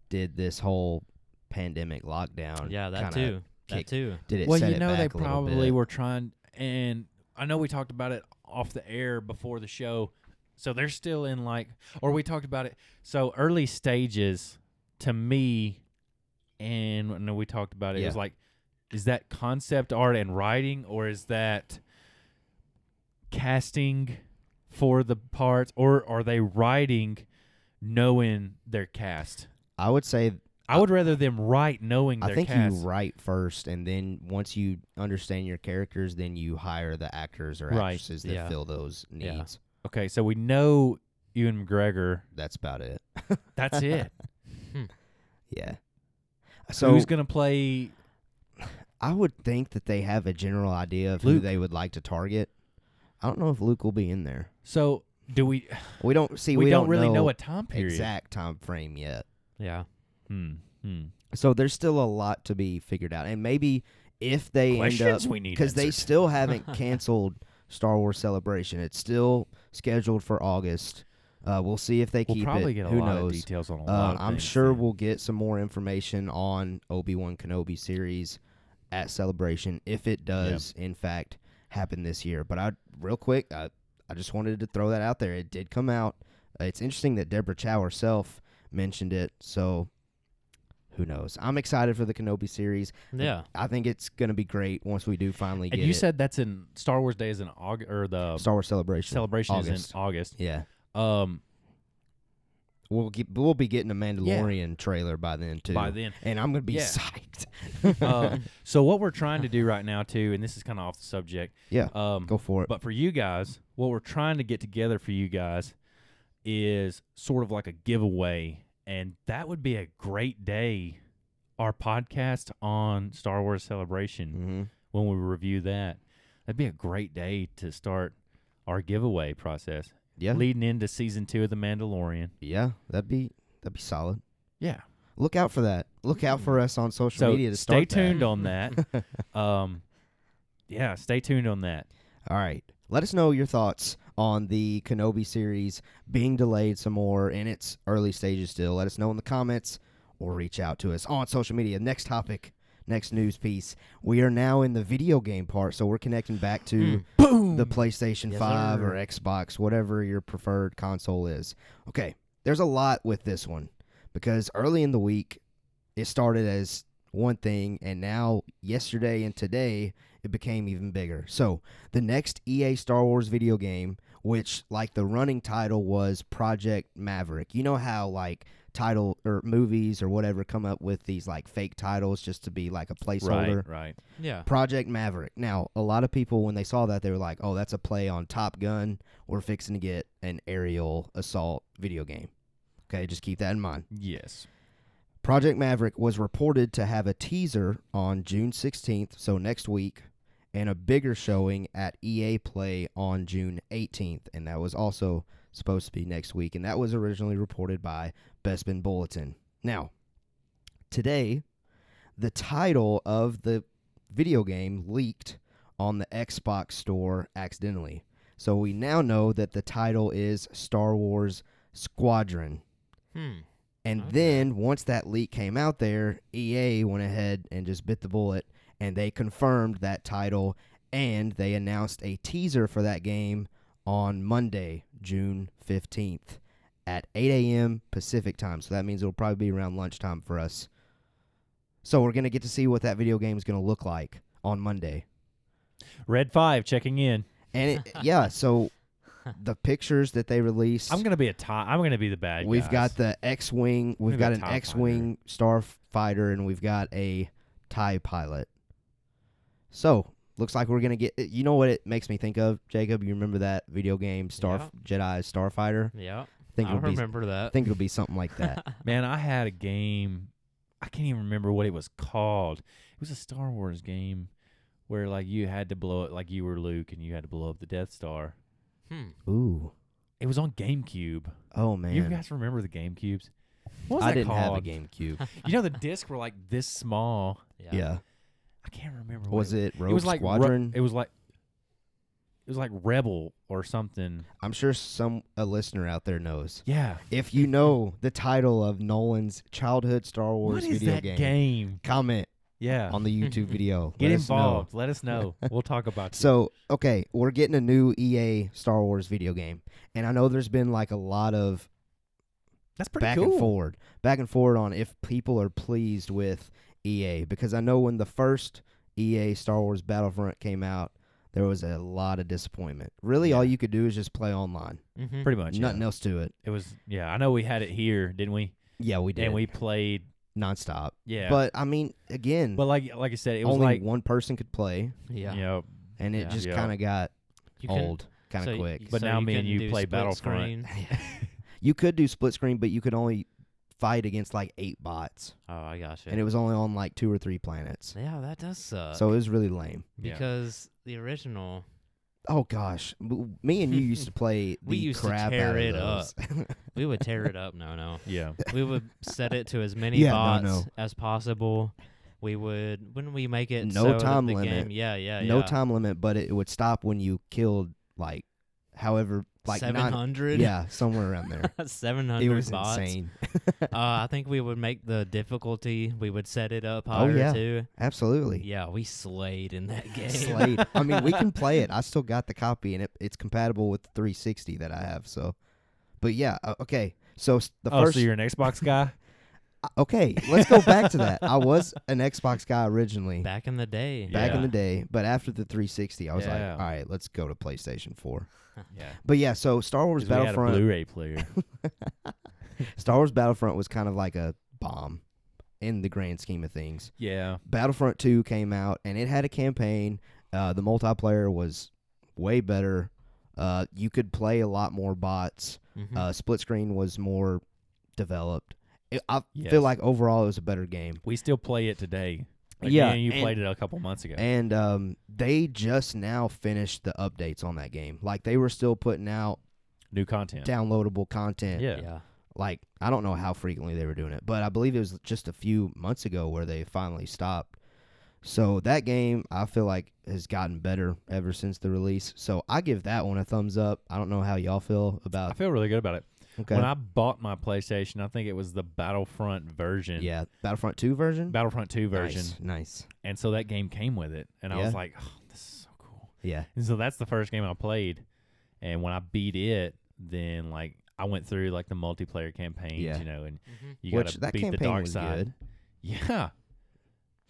Speaker 1: did this whole pandemic lockdown?
Speaker 4: yeah, that
Speaker 1: kinda-
Speaker 4: too.
Speaker 1: kick-
Speaker 4: That too.
Speaker 1: Did it?
Speaker 2: well,
Speaker 1: set
Speaker 2: you
Speaker 1: it
Speaker 2: know, they
Speaker 1: back a little
Speaker 2: probably
Speaker 1: bit?
Speaker 2: were trying, and I know we talked about it off the air before the show, so they're still in like, or we talked about it. So early stages, to me, and I know we talked about it. It was
Speaker 1: Yeah.
Speaker 2: like, is that concept art and writing, or is that casting for the parts, or are they writing knowing their cast?
Speaker 1: I would say
Speaker 2: I would rather them write knowing
Speaker 1: Uh, I
Speaker 2: their
Speaker 1: think
Speaker 2: cast.
Speaker 1: you write first, and then once you understand your characters, then you hire the actors or
Speaker 2: Right,
Speaker 1: actresses that
Speaker 4: yeah.
Speaker 1: fill those
Speaker 4: Yeah.
Speaker 1: needs.
Speaker 2: Okay, so we know Ewan McGregor.
Speaker 1: That's about it.
Speaker 2: That's it.
Speaker 1: Yeah.
Speaker 2: So
Speaker 1: So
Speaker 2: who's gonna play?
Speaker 1: I would think that they have a general idea of who
Speaker 2: Luke.
Speaker 1: they would like to target. I don't know if Luke will be in there.
Speaker 2: So do we?
Speaker 1: We don't see.
Speaker 2: We,
Speaker 1: We,
Speaker 2: don't, really know, a time period.
Speaker 1: exact time frame yet.
Speaker 4: Yeah.
Speaker 2: Hmm. Hmm.
Speaker 1: So there's still a lot to be figured out, and maybe if they end up
Speaker 2: Questions we need
Speaker 1: because they
Speaker 2: answered.
Speaker 1: still haven't canceled Star Wars Celebration. It's still scheduled for August. Uh, we'll see if they
Speaker 2: we'll
Speaker 1: keep
Speaker 2: probably
Speaker 1: it.
Speaker 2: get a
Speaker 1: Who
Speaker 2: lot of
Speaker 1: knows?
Speaker 2: details on a lot.
Speaker 1: Uh,
Speaker 2: of
Speaker 1: I'm
Speaker 2: things
Speaker 1: sure
Speaker 2: then.
Speaker 1: we'll get some more information on Obi Wan Kenobi series at Celebration if it does in fact happen this year. But I real quick, I, I just wanted to throw that out there. It did come out. Uh, It's interesting that Deborah Chow herself mentioned it. So who knows? I'm excited for the Kenobi series.
Speaker 4: Yeah.
Speaker 1: I think it's going to be great once we do finally get
Speaker 2: And you
Speaker 1: it.
Speaker 2: said that's in Star Wars Day is in August or the
Speaker 1: Star Wars Celebration.
Speaker 2: celebration is
Speaker 1: August.
Speaker 2: in August.
Speaker 1: Yeah.
Speaker 2: Um,
Speaker 1: We'll get we'll be getting a Mandalorian trailer by then too.
Speaker 2: by then.
Speaker 1: and I'm gonna be
Speaker 2: Yeah.
Speaker 1: psyched.
Speaker 2: Uh, so what we're trying to do right now too, and this is kind of off the subject.
Speaker 1: Yeah,
Speaker 2: Um,
Speaker 1: Go for it.
Speaker 2: But for you guys, what we're trying to get together for you guys is sort of like a giveaway, and that would be a great day. Our podcast on Star Wars Celebration
Speaker 1: hmm
Speaker 2: when we review that, that'd be a great day to start our giveaway process,
Speaker 1: Yeah,
Speaker 2: leading into season two of The Mandalorian.
Speaker 1: yeah, that'd be that'd be solid.
Speaker 2: Yeah,
Speaker 1: Look out for that. Look out for us on social
Speaker 2: Mm-hmm. so
Speaker 1: media to
Speaker 2: stay
Speaker 1: start that.
Speaker 2: tuned on that. um, yeah, stay tuned on that.
Speaker 1: All right. Let us know your thoughts on the Kenobi series being delayed some more in its early stages still. Let us know in the comments or reach out to us on social media. Next topic, next news piece. We are now in the video game part, so we're connecting back
Speaker 2: Hmm.
Speaker 4: Hmm.
Speaker 1: to
Speaker 3: Boom.
Speaker 1: the PlayStation
Speaker 4: Yes,
Speaker 1: 5 or
Speaker 4: sir.
Speaker 1: Xbox, whatever your preferred console is. Okay, there's a lot with this one because early in the week, it started as one thing, and now yesterday and today, it became even bigger. So, the next EA Star Wars video game, which like the running title was Project Maverick. You know how like title or movies or whatever come up with these like fake titles just to be like a placeholder.
Speaker 2: Right, right.
Speaker 4: Yeah.
Speaker 1: Project Maverick. Now, a lot of people when they saw that they were like, "Oh, that's a play on Top Gun. We're fixing to get an aerial assault video game." Okay, just keep that in mind.
Speaker 2: Yes.
Speaker 1: Project Maverick was reported to have a teaser on June 16th, so next week, and a bigger showing at EA Play on June 18th, and that was also supposed to be next week, and that was originally reported by Bespin Bulletin. Now, today, the title of the video game leaked on the Xbox store accidentally. So we now know that the title is Star Wars Squadron.
Speaker 4: Hmm.
Speaker 1: And
Speaker 4: Okay.
Speaker 1: then once that leak came out there, EA went ahead and just bit the bullet and they confirmed that title and they announced a teaser for that game on Monday, June 15th at 8 a.m. Pacific time. So that means it'll probably be around lunchtime for us. So we're going to get to see what that video game is going to look like on Monday.
Speaker 2: Red Five checking in.
Speaker 1: And it, yeah, so the pictures that they released.
Speaker 2: I'm gonna be a top. I'm gonna be the bad.
Speaker 1: We've
Speaker 2: guys.
Speaker 1: got the X-wing. We've
Speaker 2: Look
Speaker 1: got
Speaker 2: at
Speaker 1: an
Speaker 2: that TIE
Speaker 1: X-wing starfighter, and we've got a Tie pilot. So looks like we're gonna get. eh, You know what it makes me think of, Jacob? You remember that video game Star Jedi Starfighter?
Speaker 4: Yeah.
Speaker 1: I think
Speaker 4: I
Speaker 1: it'll be.
Speaker 4: remember
Speaker 1: I
Speaker 4: that.
Speaker 1: think it'll be something like that.
Speaker 2: man. I had a game. I can't even remember what it was called. It was a Star Wars game where like you had to blow it, like you were Luke and you had to blow up the Death Star.
Speaker 4: Hmm.
Speaker 1: Ooh.
Speaker 2: It was on GameCube.
Speaker 1: Oh man.
Speaker 2: You guys remember the GameCubes? What was
Speaker 1: I
Speaker 2: that
Speaker 1: didn't have a
Speaker 2: called?
Speaker 1: GameCube.
Speaker 2: You know, the discs were like this small.
Speaker 1: yeah.
Speaker 2: I can't remember. what
Speaker 1: Was it Rogue
Speaker 2: It was like Ru-
Speaker 1: Squadron?
Speaker 2: it was like it was like Rebel or something.
Speaker 1: I'm sure some a listener out there knows.
Speaker 2: Yeah.
Speaker 1: If you know the title of Nolan's childhood Star Wars
Speaker 2: what is
Speaker 1: video
Speaker 2: that game?
Speaker 1: comment
Speaker 2: Yeah.
Speaker 1: on the YouTube video.
Speaker 2: Get
Speaker 1: Let us know.
Speaker 2: involved. Let us know. We'll talk about you.
Speaker 1: So, okay, we're getting a new EA Star Wars video game. And I know there's been like a lot of
Speaker 2: That's pretty
Speaker 1: back
Speaker 2: cool.
Speaker 1: and forward, back and forward on if people are pleased with EA. Because I know when the first EA Star Wars Battlefront came out, there was a lot of disappointment. Really, all you could do is just play online,
Speaker 4: Mhm.
Speaker 2: Pretty much.
Speaker 1: nothing
Speaker 2: yeah.
Speaker 1: else to it.
Speaker 2: It was yeah, I know we had it here, didn't we?
Speaker 1: Yeah, we did.
Speaker 2: And we played
Speaker 1: nonstop.
Speaker 2: yeah.
Speaker 1: But I mean, again,
Speaker 2: but like like I said, it was
Speaker 1: only
Speaker 2: like
Speaker 1: one person could play,
Speaker 4: Yeah.
Speaker 2: you know,
Speaker 1: and it
Speaker 4: Yeah.
Speaker 1: just
Speaker 2: Yeah.
Speaker 1: kind of got
Speaker 4: You can-
Speaker 1: old, kind of
Speaker 4: so y-
Speaker 1: quick.
Speaker 2: But
Speaker 4: so
Speaker 2: now me and
Speaker 4: couldn't
Speaker 2: you
Speaker 4: do
Speaker 2: play
Speaker 4: split
Speaker 2: Battlefront.
Speaker 4: screen?
Speaker 1: You could do split screen, but you could only fight against like eight bots,
Speaker 4: Oh, I gotcha.
Speaker 1: and it was only on like two or three planets.
Speaker 4: yeah, that does suck.
Speaker 1: So it was really lame.
Speaker 2: Yeah.
Speaker 4: because the original,
Speaker 1: Oh gosh, M- me and you used to play. The
Speaker 4: We used to
Speaker 1: crap
Speaker 4: tear
Speaker 1: out of
Speaker 4: it
Speaker 1: those.
Speaker 4: we would tear it up. No, no.
Speaker 2: yeah.
Speaker 4: we would set it to as many
Speaker 1: Yeah, no,
Speaker 4: bots
Speaker 1: no.
Speaker 4: as possible. We would when we make it
Speaker 1: No
Speaker 4: so that
Speaker 1: time
Speaker 4: the
Speaker 1: limit.
Speaker 4: Game, yeah, yeah,
Speaker 1: No
Speaker 4: yeah.
Speaker 1: time limit, but it, it would stop when you killed like, however, like
Speaker 4: seven
Speaker 1: nine.
Speaker 4: hundred.
Speaker 1: Yeah, somewhere around there.
Speaker 4: seven
Speaker 1: it
Speaker 4: hundred
Speaker 1: was
Speaker 4: bots.
Speaker 1: insane.
Speaker 4: uh, I think we would make the difficulty. We would set it up
Speaker 1: Oh,
Speaker 4: higher
Speaker 1: yeah.
Speaker 4: too.
Speaker 1: Absolutely.
Speaker 4: Yeah, we slayed in that game.
Speaker 1: Slayed. I mean, we can play it. I still got the copy, and it, it's compatible with the 360 that I have. So, but yeah, uh, okay. So s- the
Speaker 2: oh,
Speaker 1: first
Speaker 2: so you're an Xbox guy?
Speaker 1: I- okay, let's go back to that. I was an Xbox guy originally back,
Speaker 4: Back in the day.
Speaker 2: Back
Speaker 1: in the
Speaker 2: Yeah.
Speaker 1: day, but after the 360, I was
Speaker 2: Yeah.
Speaker 1: like, all right, let's go to PlayStation 4.
Speaker 2: yeah.
Speaker 1: But yeah, so Star Wars
Speaker 2: We had a
Speaker 1: Battlefront.
Speaker 2: Blu-ray player.
Speaker 1: Star Wars Battlefront was kind of like a bomb in the grand scheme of things.
Speaker 2: Yeah.
Speaker 1: Battlefront 2 came out and it had a campaign. Uh, the multiplayer was way better. Uh, you could play a lot more bots.
Speaker 2: Hmm.
Speaker 4: Mhm.
Speaker 1: Uh, split screen was more developed. It, I
Speaker 2: Yes.
Speaker 1: feel like overall it was a better game.
Speaker 2: We still play it today. Like,
Speaker 1: Yeah,
Speaker 2: me and you
Speaker 1: and-
Speaker 2: played it a couple months ago.
Speaker 1: And um, they just now finished the updates on that game. Like they were still putting out
Speaker 2: New content.
Speaker 1: downloadable content.
Speaker 2: Yeah.
Speaker 4: yeah.
Speaker 1: Like I don't know how frequently they were doing it, but I believe it was just a few months ago where they finally stopped. So that game I feel like has gotten better ever since the release. So I give that one a thumbs up. I don't know how y'all feel
Speaker 2: I
Speaker 1: about
Speaker 2: feel really good about it.
Speaker 1: okay.
Speaker 2: When I bought my PlayStation, I think it was the Battlefront version.
Speaker 1: yeah, Battlefront 2 version?
Speaker 2: Battlefront 2 version.
Speaker 1: Nice. nice.
Speaker 2: And so that game came with it. And I was
Speaker 1: Yeah.
Speaker 2: like, oh, this is so cool.
Speaker 1: Yeah.
Speaker 2: And so that's the first game I played. And when I beat it, then like I went through like the multiplayer campaigns,
Speaker 1: Yeah.
Speaker 2: you know, and
Speaker 4: Mhm.
Speaker 2: you
Speaker 1: Which
Speaker 2: gotta
Speaker 1: that
Speaker 2: beat the
Speaker 1: campaign
Speaker 2: dark
Speaker 1: was
Speaker 2: side.
Speaker 1: good.
Speaker 2: Yeah.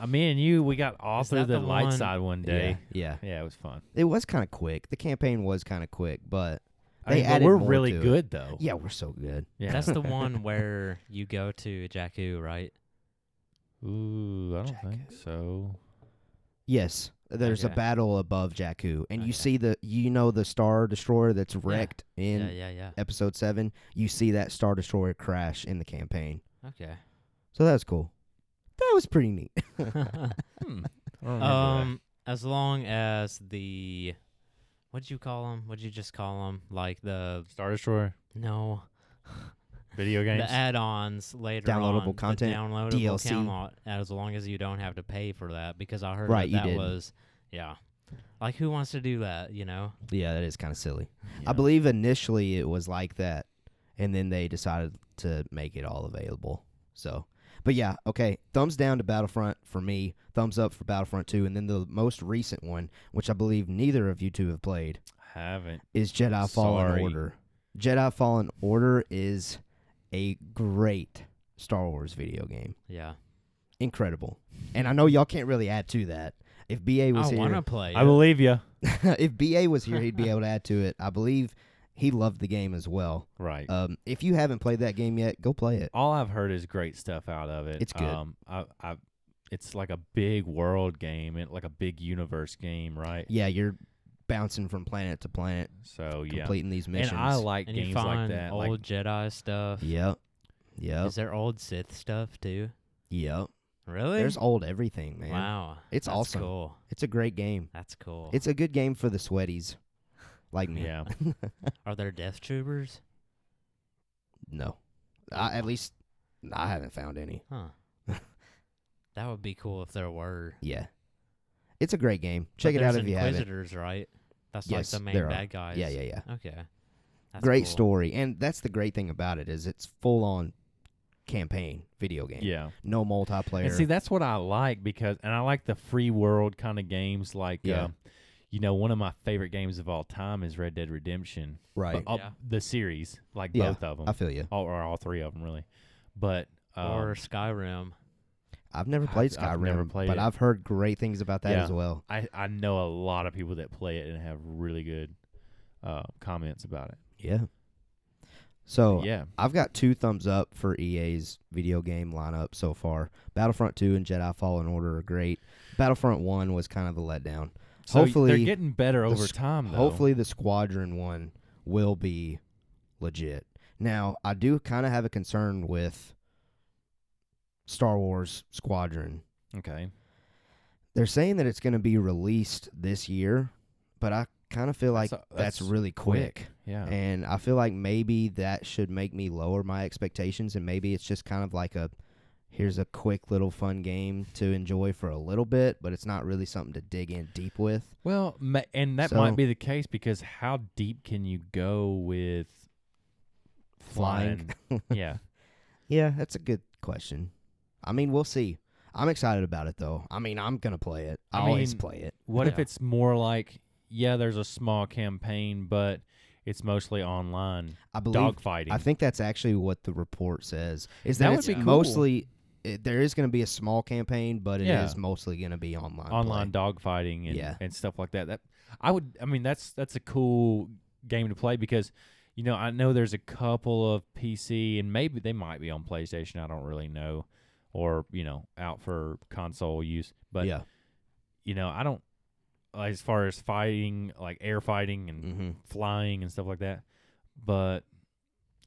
Speaker 2: I mean, you, we got all
Speaker 4: Is
Speaker 2: through
Speaker 4: that
Speaker 2: the,
Speaker 4: the
Speaker 2: light
Speaker 4: one-
Speaker 2: side one day.
Speaker 1: Yeah. yeah.
Speaker 2: Yeah, it was fun.
Speaker 1: It was kind of quick. The campaign was kind of quick, but
Speaker 2: I
Speaker 1: They
Speaker 2: mean, but
Speaker 1: added
Speaker 2: we're
Speaker 1: more
Speaker 2: really
Speaker 1: to it.
Speaker 2: good though.
Speaker 1: yeah, we're so good.
Speaker 2: yeah.
Speaker 4: That's the one where you go to Jakku, right?
Speaker 2: Ooh, I don't
Speaker 1: Jakku.
Speaker 2: think so.
Speaker 1: Yes. There's
Speaker 4: Okay.
Speaker 1: a battle above Jakku, and
Speaker 4: Okay.
Speaker 1: you see the you know the star destroyer that's wrecked in
Speaker 4: yeah, yeah, yeah.
Speaker 1: episode seven. You see that star destroyer crash in the campaign,
Speaker 4: Okay.
Speaker 1: so that was cool. That was pretty neat.
Speaker 2: Hmm. I don't remember that.
Speaker 4: um, as long as the what'd you call them? What'd you just call them? Like the
Speaker 2: Star Destroyer
Speaker 4: no,
Speaker 2: video games.
Speaker 4: the add-ons later
Speaker 1: Downloadable
Speaker 4: on, the
Speaker 1: content,
Speaker 4: downloadable
Speaker 1: DLC.
Speaker 4: download, as long as you don't have to pay for that. Because I heard
Speaker 1: Right, you
Speaker 4: that, that
Speaker 1: didn't.
Speaker 4: was yeah. Like who wants to do that? You know?
Speaker 1: yeah, that is kind of silly.
Speaker 2: Yeah.
Speaker 1: I believe initially it was like that, and then they decided to make it all available. So, but yeah, okay. Thumbs down to Battlefront for me. Thumbs up for Battlefront Two, and then the most recent one, which I believe neither of you two have played.
Speaker 2: haven't.
Speaker 1: is Jedi Fallen
Speaker 2: Sorry.
Speaker 1: Order. Jedi Fallen Order is a great Star Wars video game.
Speaker 4: Yeah.
Speaker 1: Incredible. And I know y'all can't really add to that. If BA was
Speaker 4: I want to
Speaker 1: here,
Speaker 4: play.
Speaker 2: I
Speaker 4: it.
Speaker 2: believe you.
Speaker 1: if BA was here, he'd be able to add to it. I believe he loved the game as well.
Speaker 2: Right.
Speaker 1: Um, if you haven't played that game yet, go play it.
Speaker 2: All I've heard is great stuff out of it.
Speaker 1: It's good.
Speaker 2: Um, I, I, it's like a big world game and like a big universe game, right?
Speaker 1: Yeah, you're bouncing from planet to planet,
Speaker 2: So yeah.
Speaker 1: completing these
Speaker 2: and
Speaker 1: missions.
Speaker 2: I like
Speaker 4: and you
Speaker 2: games like
Speaker 4: find
Speaker 2: that.
Speaker 4: old
Speaker 2: Like,
Speaker 4: Jedi stuff.
Speaker 1: Yep. Yep.
Speaker 4: Is there old Sith stuff too?
Speaker 1: Yep.
Speaker 4: Really?
Speaker 1: There's old everything, man.
Speaker 4: Wow.
Speaker 1: It's
Speaker 4: That's
Speaker 1: awesome.
Speaker 4: Cool.
Speaker 1: It's a great game.
Speaker 4: That's cool.
Speaker 1: It's a good game for the sweaties, like me.
Speaker 2: yeah.
Speaker 4: Are there Death Troopers?
Speaker 1: No, I, at least I haven't found any.
Speaker 4: Huh. that would be cool if there were.
Speaker 1: Yeah, it's a great game.
Speaker 4: But
Speaker 1: Check it out
Speaker 4: there's
Speaker 1: if you haven't.
Speaker 4: Inquisitors, right? That's
Speaker 1: Yes,
Speaker 4: like
Speaker 1: there
Speaker 4: the main
Speaker 1: are.
Speaker 4: bad guys.
Speaker 1: Yeah, yeah, yeah.
Speaker 4: Okay. That's
Speaker 1: great
Speaker 4: cool.
Speaker 1: story, and that's the great thing about it is it's full on campaign video game.
Speaker 2: Yeah.
Speaker 1: No multiplayer.
Speaker 2: And see, that's what I like because, and I like the free world kind of games. Like,
Speaker 1: Yeah.
Speaker 2: um, you know, one of my favorite games of all time is Red Dead Redemption.
Speaker 1: right.
Speaker 2: But all-
Speaker 4: Yeah.
Speaker 2: The series, like
Speaker 1: Yeah,
Speaker 2: both of them,
Speaker 1: I feel you.
Speaker 2: all, or all three of them, really. But um,
Speaker 4: Or Skyrim.
Speaker 1: I've never
Speaker 2: I've-
Speaker 1: played Skyrim,
Speaker 2: I've never played
Speaker 1: but
Speaker 2: it.
Speaker 1: I've heard great things about that
Speaker 2: Yeah.
Speaker 1: as well.
Speaker 2: I, I know a lot of people that play it and have really good uh, comments about it.
Speaker 1: Yeah. So
Speaker 2: yeah,
Speaker 1: I've got two thumbs up for EA's video game lineup so far. Battlefront 2 and Jedi Fallen Order are great. Battlefront 1 was kind of a letdown.
Speaker 2: So
Speaker 1: hopefully-
Speaker 2: they're getting better
Speaker 1: the
Speaker 2: over
Speaker 1: s-
Speaker 2: time. Though.
Speaker 1: Hopefully, the Squadron one will be legit. Now, I do kind of have a concern with Star Wars Squadron.
Speaker 2: okay.
Speaker 1: They're saying that it's going to be released this year, but I kind of feel like
Speaker 2: That's
Speaker 1: that's,
Speaker 2: a- that's
Speaker 1: really quick.
Speaker 2: Yeah,
Speaker 1: And I feel like maybe that should make me lower my expectations, and maybe it's just kind of like a here's a quick little fun game to enjoy for a little bit, but it's not really something to dig in deep with.
Speaker 2: Well, ma- and that
Speaker 1: So-
Speaker 2: might be the case because how deep can you go with
Speaker 1: Flying.
Speaker 2: flying? yeah,
Speaker 1: Yeah, that's a good question. I mean, we'll see. I'm excited about it though. I mean, I'm gonna play it. I,
Speaker 2: I
Speaker 1: always
Speaker 2: mean-
Speaker 1: play it.
Speaker 2: What if
Speaker 4: Yeah.
Speaker 2: it's more like yeah, there's a small campaign, but it's mostly online
Speaker 1: I believe.
Speaker 2: dogfighting.
Speaker 1: I think that's actually what the report says. Is
Speaker 2: That
Speaker 1: that,
Speaker 2: would
Speaker 1: it's
Speaker 2: be cool.
Speaker 1: mostly it, there is gonna be a small campaign, but it is
Speaker 2: Yeah.
Speaker 1: mostly gonna be online.
Speaker 2: online
Speaker 1: play.
Speaker 2: dogfighting and,
Speaker 1: Yeah.
Speaker 2: and stuff like that. That I would I mean that's that's a cool game to play because You know, I know there's a couple of PC and maybe they might be on PlayStation. I don't really know, or you know, out for console use. But
Speaker 1: yeah.
Speaker 2: you know, I don't like, as far as fighting, like air fighting and
Speaker 1: Mm-hmm.
Speaker 2: flying and stuff like that. But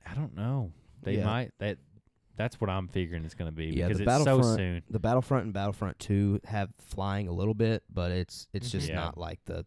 Speaker 2: I don't know. They
Speaker 1: Yeah.
Speaker 2: might that. That's what I'm figuring it's going to be
Speaker 1: Yeah, the
Speaker 2: because it's so
Speaker 1: Battlefront-
Speaker 2: soon.
Speaker 1: The Battlefront and Battlefront Two have flying a little bit, but it's it's just
Speaker 2: Mhm. Yeah.
Speaker 1: not like the.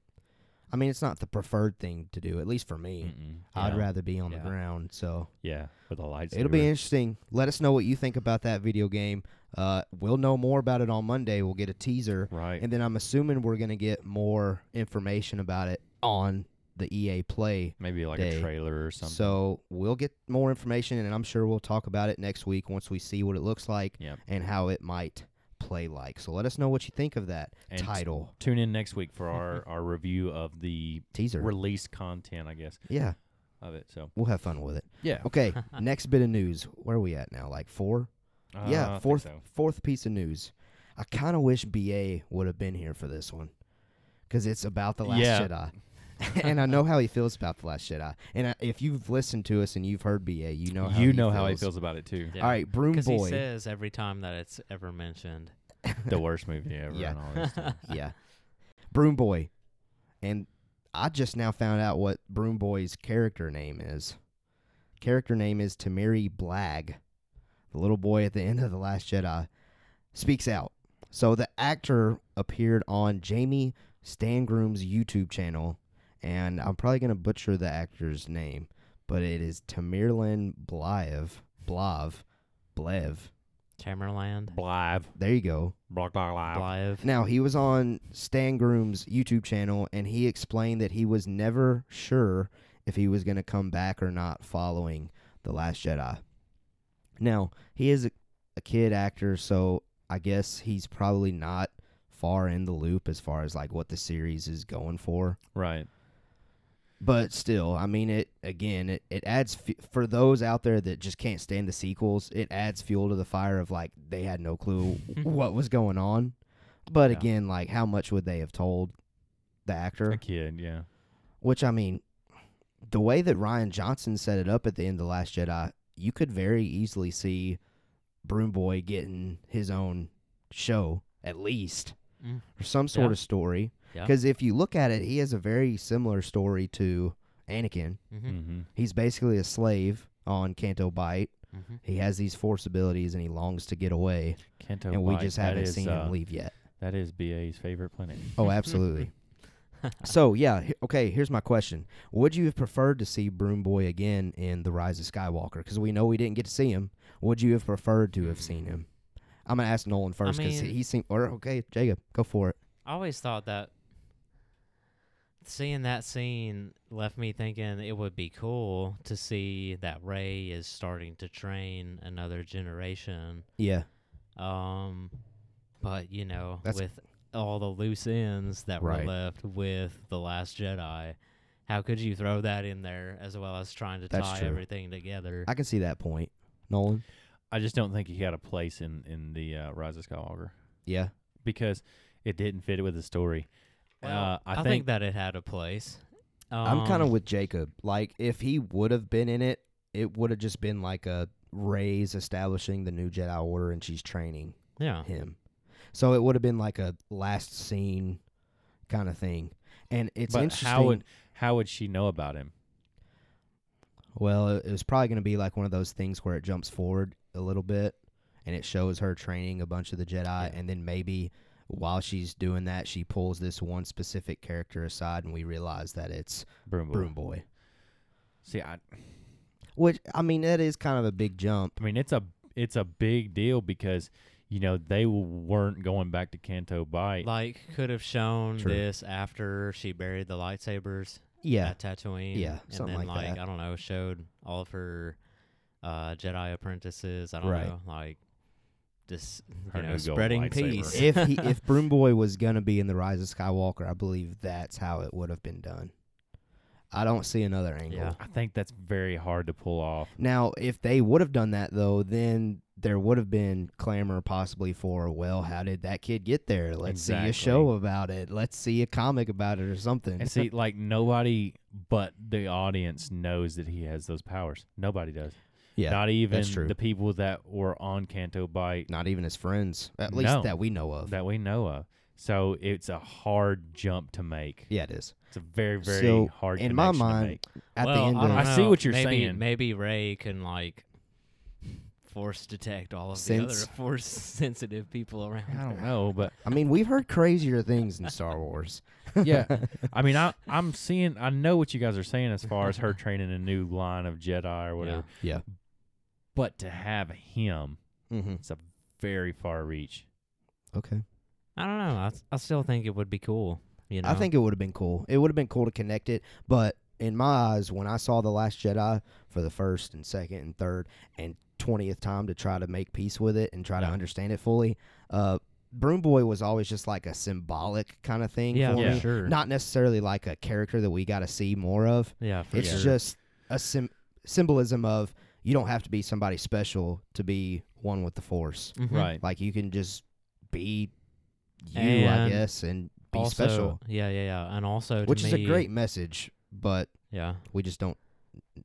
Speaker 1: I mean, it's not the preferred thing to do. At least for me,
Speaker 2: Mm-mm.
Speaker 1: I'd
Speaker 2: Mm. yeah.
Speaker 1: rather be on
Speaker 2: Yeah.
Speaker 1: the ground. So
Speaker 2: Yeah, with the lights.
Speaker 1: It'll be interesting. Let us know what you think about that video game. Uh, we'll know more about it on Monday. We'll get a teaser,
Speaker 2: right.
Speaker 1: and then I'm assuming we're gonna get more information about it on the EA Play.
Speaker 2: Maybe like
Speaker 1: day.
Speaker 2: a trailer or something.
Speaker 1: So we'll get more information, and I'm sure we'll talk about it next week once we see what it looks like
Speaker 2: Yep.
Speaker 1: and how it might play like. So let us know what you think of that
Speaker 2: And t-
Speaker 1: title
Speaker 2: Tune in next week for our, our review of the
Speaker 1: teaser.
Speaker 2: released content, I guess,
Speaker 1: yeah,
Speaker 2: of it. So
Speaker 1: we'll have fun with it.
Speaker 2: yeah,
Speaker 1: Okay, next bit of news. Where are we at now? Like four.
Speaker 2: Uh,
Speaker 1: yeah, fourth fourth piece of news. I kind of wish BA would have been here for this one because it's about the Last
Speaker 2: Yeah.
Speaker 1: Jedi, and I know how he feels about the Last Jedi. And I, if you've listened to us and you've heard BA, you know how
Speaker 2: you
Speaker 1: he
Speaker 2: know
Speaker 1: feels.
Speaker 2: how he feels about it too.
Speaker 4: Yeah.
Speaker 1: All right, Broom
Speaker 4: Because he
Speaker 1: Boy.
Speaker 4: says every time that it's ever mentioned.
Speaker 2: the worst movie ever.
Speaker 1: Yeah.
Speaker 2: And all this stuff.
Speaker 1: yeah, Broom Boy, and I just now found out what Broom Boy's character name is. Character name is Tamiri Blag. The little boy at the end of the Last Jedi speaks out. So the actor appeared on Jamie Stangroom's YouTube channel, and I'm probably gonna butcher the actor's name, but it is Tamirlan Blive. Blav. Blev.
Speaker 4: Tamerland.
Speaker 2: Blive,
Speaker 1: There you go.
Speaker 2: block, block, live.
Speaker 4: Blive.
Speaker 1: Now he was on Stan Groom's YouTube channel, and he explained that he was never sure if he was going to come back or not following the Last Jedi. Now he is a, a kid actor, so I guess he's probably not far in the loop as far as like what the series is going for.
Speaker 2: Right.
Speaker 1: But still, I mean, it again, it, it adds f- for those out there that just can't stand the sequels, it adds fuel to the fire of like they had no clue what was going on. But
Speaker 2: Yeah.
Speaker 1: again, like how much would they have told the
Speaker 2: A
Speaker 1: actor?
Speaker 2: kid. Yeah.
Speaker 1: Which I mean, the way that Ryan Johnson set it up at the end of Last Jedi, you could very easily see Broom Boy getting his own show at least
Speaker 4: Mm.
Speaker 1: or some sort
Speaker 4: Yeah.
Speaker 1: of story.
Speaker 4: Yeah.
Speaker 1: Because if you look at it, he has a very similar story to Anakin.
Speaker 4: Mm-hmm.
Speaker 2: Mm-hmm.
Speaker 1: He's basically a slave on Canto Bight.
Speaker 4: Mm-hmm.
Speaker 1: He has these force abilities and he longs to get away,
Speaker 2: Canto
Speaker 1: and we
Speaker 2: Bight,
Speaker 1: just
Speaker 2: that
Speaker 1: haven't
Speaker 2: is,
Speaker 1: seen
Speaker 2: uh,
Speaker 1: him leave yet.
Speaker 2: That is BA's favorite planet.
Speaker 1: Oh, absolutely. so, yeah, he- okay, here's my question. Would you have preferred to see Broom Boy again in The Rise of Skywalker cuz we know we didn't get to see him. Would you have preferred to have seen him? I'm going to ask Nolan first cuz
Speaker 4: mean-
Speaker 1: he seemed or okay, Jacob, go for it.
Speaker 4: I always thought that seeing that scene left me thinking it would be cool to see that Ray is starting to train another generation.
Speaker 1: Yeah.
Speaker 4: Um, but you know,
Speaker 1: That's-
Speaker 4: with all the loose ends that
Speaker 1: Right.
Speaker 4: were left with the Last Jedi, how could you throw that in there as well as trying to
Speaker 1: That's
Speaker 4: tie
Speaker 1: true.
Speaker 4: everything together?
Speaker 1: I can see that point. Nolan?
Speaker 2: I just don't think he got a place in in the uh, Rise of Skywalker
Speaker 1: Yeah.
Speaker 2: because it didn't fit with the story. uh, I,
Speaker 4: I, think, that it had a place. Um,
Speaker 1: I'm kind of with Jacob. Like, if he would have been in it, it would have just been like a Ray's establishing the new Jedi Order and she's training
Speaker 4: yeah.
Speaker 2: Uh-huh.
Speaker 1: him. So it would have been like a last scene kind of thing. And it's
Speaker 2: but
Speaker 1: interesting.
Speaker 2: how would how would she know about him?
Speaker 1: well, it it was probably going to be like one of those things where it jumps forward a little bit and it shows her training a bunch of the Jedi. And then maybe while she's doing that, she pulls this one specific character aside and we realize that it's
Speaker 2: Broom Boy.
Speaker 1: Broom Boy.
Speaker 2: See, I,
Speaker 1: Which, I mean, that is kind of a big jump.
Speaker 2: I mean, it's a it's a big deal because you know they w- weren't going back to Canto Bight.
Speaker 4: Like could have shown
Speaker 1: True.
Speaker 4: this after she buried the lightsabers
Speaker 1: Yeah.
Speaker 4: at Tatooine.
Speaker 1: Yeah,
Speaker 4: and
Speaker 1: something
Speaker 4: then
Speaker 1: like that.
Speaker 4: I don't know, showed all of her uh, Jedi apprentices. I don't
Speaker 1: Right.
Speaker 4: know, like just
Speaker 2: Her
Speaker 4: you
Speaker 2: new
Speaker 4: know,
Speaker 2: gold
Speaker 4: spreading
Speaker 2: lightsaber.
Speaker 4: peace.
Speaker 1: if he, if Broom Boy was gonna be in the Rise of Skywalker, I believe that's how it would have been done. I don't see another angle.
Speaker 4: Yeah.
Speaker 2: I think that's very hard to pull off.
Speaker 1: Now, if they would have done that though, then there would have been clamor possibly for, well, how did that kid get there? Let's see
Speaker 2: Exactly.
Speaker 1: a show about it. Let's see a comic about it or something.
Speaker 2: And see, like nobody but the audience knows that he has those powers. Nobody does.
Speaker 1: yeah, not,
Speaker 2: Not even
Speaker 1: that's true.
Speaker 2: the people that were on Canto Bite
Speaker 1: even his friends, at least
Speaker 2: No.
Speaker 1: that we know of.
Speaker 2: that we know of. So it's a hard jump to make.
Speaker 1: yeah, it is.
Speaker 2: It's a very, very
Speaker 1: So,
Speaker 2: hard
Speaker 1: in my
Speaker 2: connection to
Speaker 1: mind,
Speaker 2: make.
Speaker 1: At
Speaker 4: well,
Speaker 1: the end
Speaker 4: I, don't
Speaker 1: of
Speaker 2: I see
Speaker 4: know.
Speaker 2: what you're
Speaker 4: maybe,
Speaker 2: saying.
Speaker 4: Maybe Ray can like force detect all of
Speaker 1: Sense.
Speaker 4: the other force sensitive people around.
Speaker 2: I
Speaker 4: her.
Speaker 2: don't know, but
Speaker 1: I mean, we've heard crazier things in Star Wars.
Speaker 2: yeah, I mean, I I'm seeing, I know what you guys are saying as far as her training a new line of Jedi or whatever,
Speaker 1: Yeah.
Speaker 2: but to have him,
Speaker 1: Mm-hmm.
Speaker 2: it's a very far reach.
Speaker 1: Okay.
Speaker 4: I don't know. I, s- I still think it would be cool. You know,
Speaker 1: I think it would have been cool. It would have been cool to connect it, but in my eyes, when I saw The Last Jedi for the first and second and third and twentieth time to try to make peace with it and try to
Speaker 2: Yeah.
Speaker 1: understand it fully, uh, Broom Boy was always just like a symbolic kind of thing
Speaker 4: Yeah,
Speaker 1: for
Speaker 2: yeah.
Speaker 1: me.
Speaker 4: sure.
Speaker 1: Not necessarily like a character that we got to see more of.
Speaker 4: yeah, for
Speaker 1: It's
Speaker 4: sure.
Speaker 1: just a sim- symbolism of you don't have to be somebody special to be one with the Force.
Speaker 4: Mhm.
Speaker 2: Right.
Speaker 1: Hmm. Like you can just be you, I
Speaker 4: And
Speaker 1: guess, and be
Speaker 4: also,
Speaker 1: special.
Speaker 4: Yeah, yeah, yeah. And also, to
Speaker 1: Which is a
Speaker 4: me-
Speaker 1: great message, but
Speaker 4: Yeah,
Speaker 1: we just don't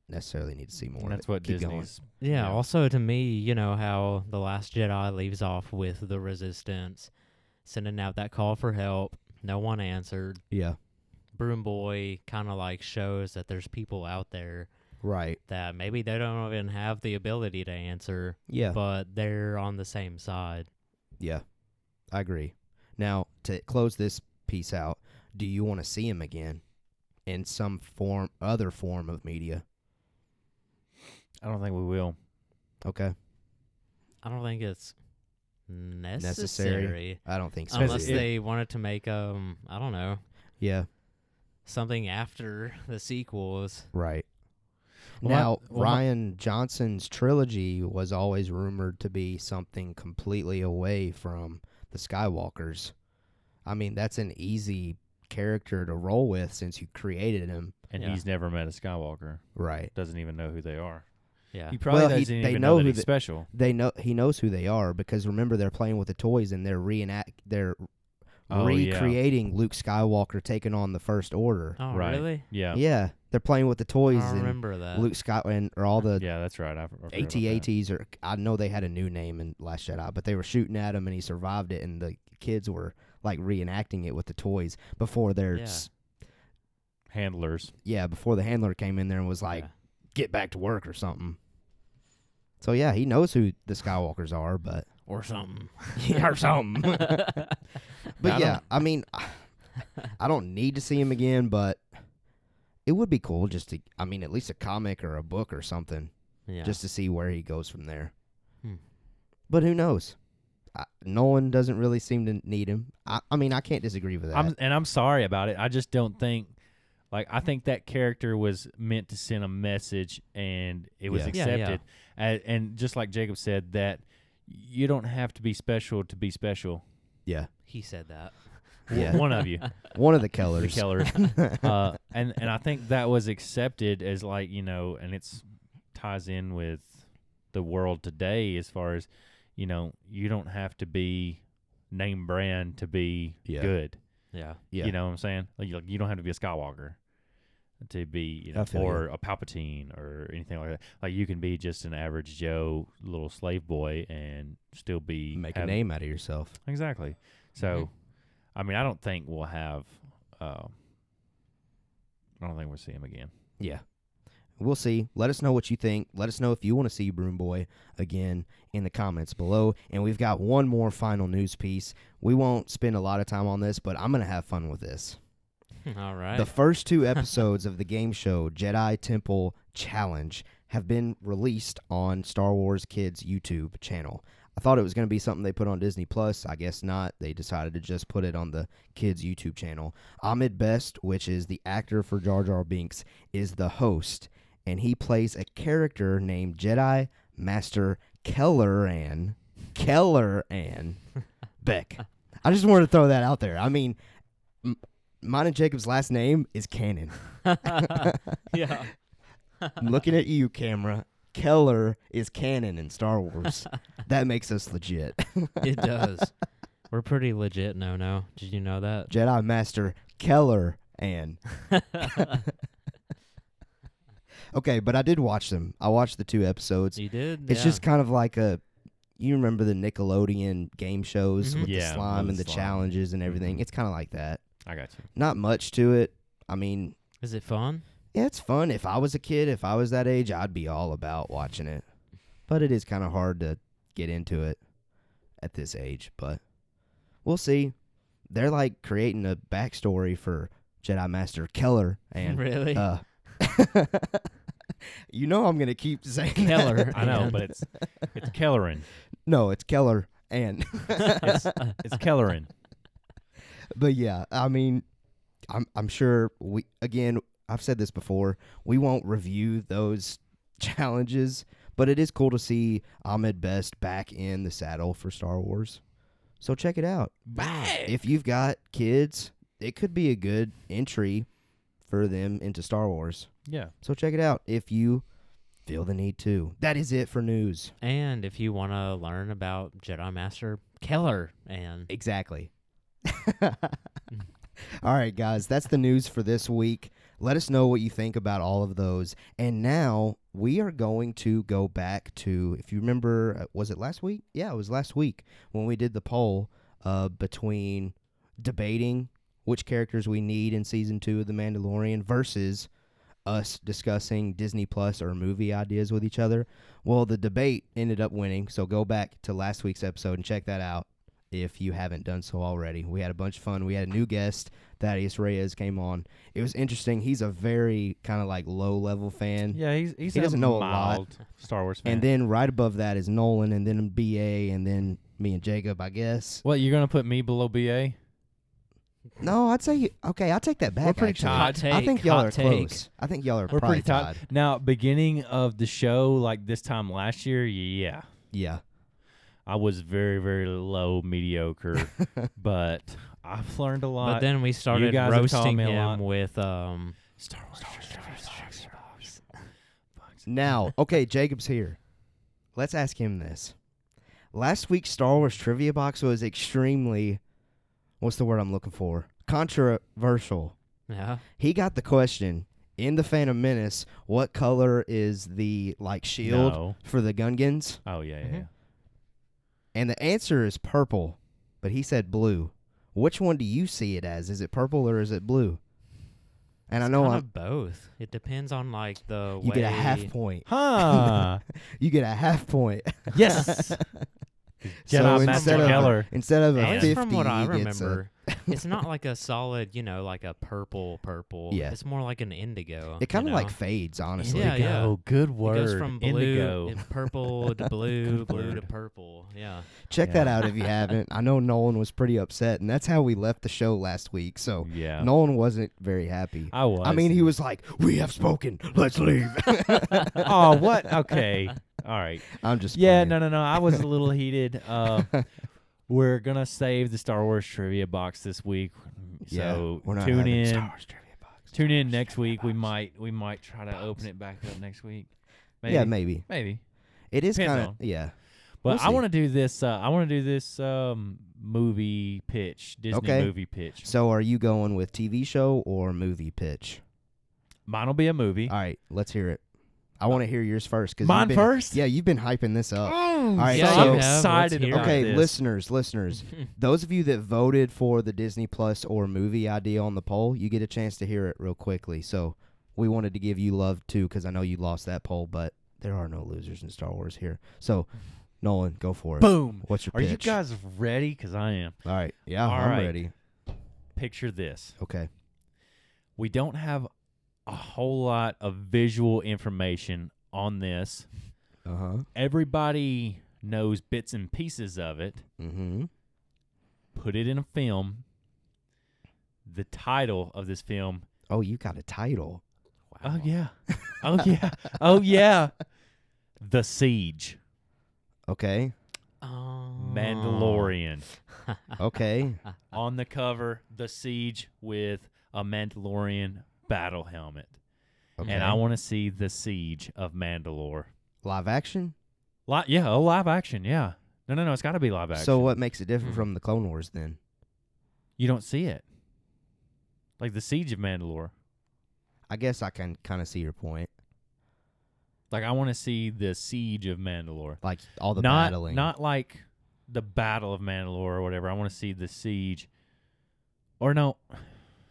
Speaker 1: necessarily need to see more.
Speaker 2: And
Speaker 1: of
Speaker 2: that's
Speaker 1: it.
Speaker 2: what
Speaker 1: Keep going.
Speaker 2: Disney's.
Speaker 4: yeah.
Speaker 2: Yeah.
Speaker 4: Also, to me, you know how the Last Jedi leaves off with the Resistance sending out that call for help. No one answered.
Speaker 1: Yeah,
Speaker 4: Broom Boy kind of like shows that there's people out there
Speaker 1: right.
Speaker 4: that maybe they don't even have the ability to answer,
Speaker 1: Yeah,
Speaker 4: but they're on the same side.
Speaker 1: yeah. I agree. Now to close this piece out, do you want to see him again in some form, other form of media?
Speaker 2: I don't think we will.
Speaker 1: Okay,
Speaker 4: I don't think it's necessary,
Speaker 1: I don't think so.
Speaker 4: unless
Speaker 2: It-
Speaker 4: they wanted to make um I don't know
Speaker 1: yeah,
Speaker 4: something after the sequels.
Speaker 1: right.
Speaker 2: Well,
Speaker 1: now
Speaker 2: I- well, I-
Speaker 1: Ryan Johnson's trilogy was always rumored to be something completely away from the Skywalkers. I mean, that's an easy character to roll with since you created him.
Speaker 2: And
Speaker 4: Yeah.
Speaker 2: he's never met a Skywalker.
Speaker 1: Right.
Speaker 2: Doesn't even know who they are.
Speaker 4: Yeah,
Speaker 2: He probably
Speaker 1: Well, he-
Speaker 2: doesn't
Speaker 1: they
Speaker 2: even
Speaker 1: know
Speaker 2: know, that
Speaker 1: who
Speaker 2: he's
Speaker 1: the-
Speaker 2: special.
Speaker 1: They know he knows who they are because remember they're playing with the toys and they're reenact they're
Speaker 2: Oh, yeah.
Speaker 1: recreating Luke Skywalker taking on the First Order.
Speaker 4: oh
Speaker 2: right.
Speaker 4: really?
Speaker 2: Yeah. yeah.
Speaker 1: Yeah, they're playing with the
Speaker 4: I
Speaker 1: toys
Speaker 4: don't
Speaker 1: and
Speaker 4: remember that.
Speaker 1: Luke Sky and or all the
Speaker 2: that's right. I, I forgot about that.
Speaker 1: ATATs or I know they had a new name in Last Jedi, but they were shooting at him and he survived it, and the kids were like reenacting it with the toys before their
Speaker 4: Yeah.
Speaker 1: yeah,
Speaker 2: Handlers.
Speaker 1: yeah before the handler came in there and was like,
Speaker 4: Yeah.
Speaker 1: "Get back to work" or something. So yeah, he knows who the Skywalkers are, but
Speaker 4: or something.
Speaker 1: or something. but
Speaker 2: I
Speaker 1: yeah,
Speaker 2: don't-
Speaker 1: I mean, I don't need to see him again, but it would be cool just to, I mean, at least a comic or a book or something.
Speaker 4: yeah.
Speaker 1: just to see where he goes from there.
Speaker 4: Hmm.
Speaker 1: But who knows? I, Nolan doesn't really seem to need him. I, I mean, I can't disagree with that.
Speaker 2: I'm and I'm sorry about it. I just don't think like I think that character was meant to send a message and it was
Speaker 1: Yeah.
Speaker 4: Yeah, yeah.
Speaker 2: accepted. A- and just like Jacob said that you don't have to be special to be special.
Speaker 1: yeah,
Speaker 4: he said that.
Speaker 2: W-
Speaker 1: Yeah.
Speaker 2: One of you,
Speaker 1: one of the
Speaker 2: the
Speaker 1: Kellers.
Speaker 2: Kellers. uh, and and I think that was accepted as like, you know, and it's ties in with the world today as far as, you know, you don't have to be name brand to be
Speaker 1: Yeah.
Speaker 2: good.
Speaker 4: Yeah.
Speaker 1: yeah,
Speaker 2: You know what I'm saying? Like you, like, you don't have to be a Skywalker to be, you
Speaker 1: I
Speaker 2: know,
Speaker 1: feel
Speaker 2: or a Palpatine or anything like that. Like you can be just an average Joe, little slave boy, and still be
Speaker 1: make a
Speaker 2: have-
Speaker 1: name out of yourself.
Speaker 2: Exactly. So, I mean, I don't think we'll have. Uh, I don't think we'll see him again.
Speaker 1: Yeah, we'll see. Let us know what you think. Let us know if you want to see Broom Boy again in the comments below. And we've got one more final news piece. We won't spend a lot of time on this, but I'm gonna have fun with this.
Speaker 4: All right.
Speaker 1: The first two episodes of the game show Jedi Temple Challenge have been released on Star Wars Kids YouTube channel. I thought it was going to be something they put on Disney Plus. I guess not. They decided to just put it on the kids' YouTube channel. Ahmed Best, which is the actor for Jar Jar Binks, is the host, and he plays a character named Jedi Master Kelleran. Kelleran Beck. I just wanted to throw that out there. I mean, m- mine and Jacob's last name is Cannon.
Speaker 4: yeah.
Speaker 1: I'm looking at you, camera. Keller is canon in Star Wars. that makes us legit.
Speaker 4: It does. We're pretty legit, no no. Did you know that?
Speaker 1: Jedi Master Keller and okay, but I did watch them. I watched the two episodes.
Speaker 4: you did?
Speaker 1: It's
Speaker 4: Yeah.
Speaker 1: just kind of like a you remember the Nickelodeon game shows
Speaker 4: Mhm.
Speaker 1: with
Speaker 2: Yeah,
Speaker 1: the slime
Speaker 2: with
Speaker 1: and
Speaker 2: the
Speaker 1: the
Speaker 2: slime.
Speaker 1: challenges and everything.
Speaker 2: Mhm.
Speaker 1: It's kind of like that.
Speaker 2: I got you.
Speaker 1: Not much to it. I mean,
Speaker 4: Is it fun?
Speaker 1: yeah, it's fun. If I was a kid, if I was that age, I'd be all about watching it. But it is kind of hard to get into it at this age. But we'll see. They're like creating a backstory for Jedi Master Keller and
Speaker 4: really?
Speaker 1: uh, you know I'm gonna keep saying that.
Speaker 4: Keller.
Speaker 2: I know,
Speaker 4: and-
Speaker 2: but it's it's Kellerin.
Speaker 1: No, it's Keller and
Speaker 2: It's, it's Kellerin.
Speaker 1: but yeah, I mean, I'm I'm sure we again. I've said this before. We won't review those challenges, but it is cool to see Ahmed Best back in the saddle for Star Wars. So check it out. If you've got kids, it could be a good entry for them into Star Wars.
Speaker 2: Yeah.
Speaker 1: So check it out if you feel the need to. That is it for news.
Speaker 4: and if you want to learn about Jedi Master Keller and
Speaker 1: Exactly. all right, guys, that's the news for this week. Let us know what you think about all of those. And now we are going to go back to, if you remember, uh, was it last week? Yeah, it was last week when we did the poll uh, between debating which characters we need in season two of The Mandalorian versus us discussing Disney Plus or movie ideas with each other. Well, the debate ended up winning. So go back to last week's episode and check that out if you haven't done so already. We had a bunch of fun. We had a new guest, Thaddeus Reyes, came on. It was interesting. He's a very kind of like low level fan.
Speaker 2: Yeah, he's he's
Speaker 1: He
Speaker 2: a
Speaker 1: doesn't know a lot.
Speaker 2: mild Star Wars fan.
Speaker 1: And then right above that is Nolan, and then BA, and then me and Jacob, I guess.
Speaker 2: what you're gonna put me below BA?
Speaker 1: No, I'd say, you, okay, I'll take that back.
Speaker 2: We're pretty
Speaker 1: actually.
Speaker 2: tied.
Speaker 4: hot take.
Speaker 1: I think y'all
Speaker 4: hot
Speaker 1: are
Speaker 4: take.
Speaker 1: close. I think y'all are
Speaker 2: We're
Speaker 1: probably
Speaker 2: pretty tight.
Speaker 1: tied.
Speaker 2: Now, beginning of the show, like this time last year, yeah,
Speaker 1: Yeah.
Speaker 2: I was very very low mediocre, but I've learned a lot.
Speaker 4: But then we started
Speaker 2: guys have taught
Speaker 4: roasting
Speaker 2: me a
Speaker 4: him
Speaker 2: lot.
Speaker 4: with um
Speaker 2: Star Wars, Star Wars, Star Wars, Star Wars, Star Wars.
Speaker 1: Now, okay, Jacob's here. Let's ask him this. Last week's Star Wars trivia box was extremely, what's the word I'm looking for? Controversial.
Speaker 4: yeah.
Speaker 1: He got the question in the Phantom Menace. What color is the like shield
Speaker 2: No.
Speaker 1: for the Gungans?
Speaker 2: Oh yeah, yeah,
Speaker 4: Mhm.
Speaker 2: yeah.
Speaker 1: And the answer is purple, but he said blue. Which one do you see it as? Is it purple or is it blue? And I know
Speaker 4: kind
Speaker 1: I'm,
Speaker 4: of both. It depends on like the
Speaker 1: you
Speaker 4: way
Speaker 1: get a half point.
Speaker 2: Huh.
Speaker 1: You get a half point.
Speaker 2: yes.
Speaker 1: so
Speaker 2: Jedi Master
Speaker 1: instead of
Speaker 2: Keller.
Speaker 1: instead of a
Speaker 4: At least
Speaker 1: fifty,
Speaker 4: from what I
Speaker 1: he gets a-
Speaker 4: remember, it's not like a solid, you know, like a purple purple.
Speaker 1: Yeah.
Speaker 4: It's more like an indigo.
Speaker 1: It kind of
Speaker 4: you
Speaker 1: like
Speaker 4: know?
Speaker 1: fades, honestly.
Speaker 4: Yeah, yeah.
Speaker 2: Indigo, Good
Speaker 4: it
Speaker 2: word.
Speaker 4: goes from blue
Speaker 2: Indigo.
Speaker 4: and purple to blue, blue to
Speaker 2: word.
Speaker 4: purple. Yeah.
Speaker 1: Check
Speaker 2: Yeah.
Speaker 1: that out if you haven't. I know Nolan was pretty upset, and that's how we left the show last week. So
Speaker 2: yeah.
Speaker 1: Nolan wasn't very happy.
Speaker 2: I was.
Speaker 1: I mean, he was like, "We have spoken. Let's leave."
Speaker 2: oh, what? Okay. All right.
Speaker 1: I'm just
Speaker 2: Yeah,
Speaker 1: playing.
Speaker 2: no, no, no. I was a little heated. Uh, we're gonna save the Star Wars trivia box this week,
Speaker 1: Yeah,
Speaker 2: so
Speaker 1: we're not
Speaker 2: tune
Speaker 1: having
Speaker 2: in.
Speaker 1: Star Wars trivia box.
Speaker 2: tune in next week. We might, we might try to open it back up next week. Maybe.
Speaker 1: Yeah, maybe
Speaker 2: maybe.
Speaker 1: it is
Speaker 2: Depends
Speaker 1: kind of
Speaker 2: on.
Speaker 1: yeah.
Speaker 2: But
Speaker 1: We'll
Speaker 2: I
Speaker 1: see.
Speaker 2: want to do this. Uh, I want to do this um, movie pitch, Disney
Speaker 1: Okay.
Speaker 2: movie pitch.
Speaker 1: So are you going with TV show or movie pitch?
Speaker 2: Mine will be a movie.
Speaker 1: All right, let's hear it. I want to hear yours first. Mm. 'cause you've
Speaker 2: Mine
Speaker 1: been-
Speaker 2: first?
Speaker 1: Yeah, you've been hyping this up.
Speaker 2: All
Speaker 1: right,
Speaker 4: Yeah,
Speaker 2: so
Speaker 4: you
Speaker 2: I'm
Speaker 4: have. Let's
Speaker 2: excited
Speaker 4: hear
Speaker 2: about
Speaker 1: okay,
Speaker 2: this.
Speaker 1: listeners, listeners, those of you that voted for the Disney Plus or movie idea on the poll, you get a chance to hear it real quickly. So we wanted to give you love too, because I know you lost that poll, but there are no losers in Star Wars here. So Nolan, go for it.
Speaker 2: Boom.
Speaker 1: What's your
Speaker 2: Are you
Speaker 1: pitch?
Speaker 2: guys ready? Because I am.
Speaker 1: All right, yeah,
Speaker 2: All
Speaker 1: I'm
Speaker 2: right.
Speaker 1: ready.
Speaker 2: Picture this.
Speaker 1: Okay,
Speaker 2: we don't have a whole lot of visual information on this.
Speaker 1: uh huh,
Speaker 2: Everybody knows bits and pieces of it.
Speaker 1: mm-hmm.
Speaker 2: Put it in a film. The title of this film.
Speaker 1: Oh, you got a title.
Speaker 2: Oh yeah. Oh yeah. Oh yeah. The Siege.
Speaker 1: Okay,
Speaker 4: Oh.
Speaker 2: Mandalorian.
Speaker 1: okay, Oh.
Speaker 2: On the cover, The Siege with a Mandalorian battle helmet,
Speaker 1: Okay.
Speaker 2: and I want to see the siege of Mandalore.
Speaker 1: live action?
Speaker 2: Li- yeah, oh, live action. Yeah, no, no, no. It's got to be live action. Mm-hmm.
Speaker 1: So what makes it different
Speaker 4: Hmm.
Speaker 1: from the Clone Wars then?
Speaker 2: You don't see it, like the siege of Mandalore.
Speaker 1: I guess I can kind of see your point.
Speaker 2: Like I want to see the siege of Mandalore.
Speaker 1: Like all the
Speaker 2: not
Speaker 1: battling.
Speaker 2: not like the battle of Mandalore or whatever. I want to see the siege. Or no,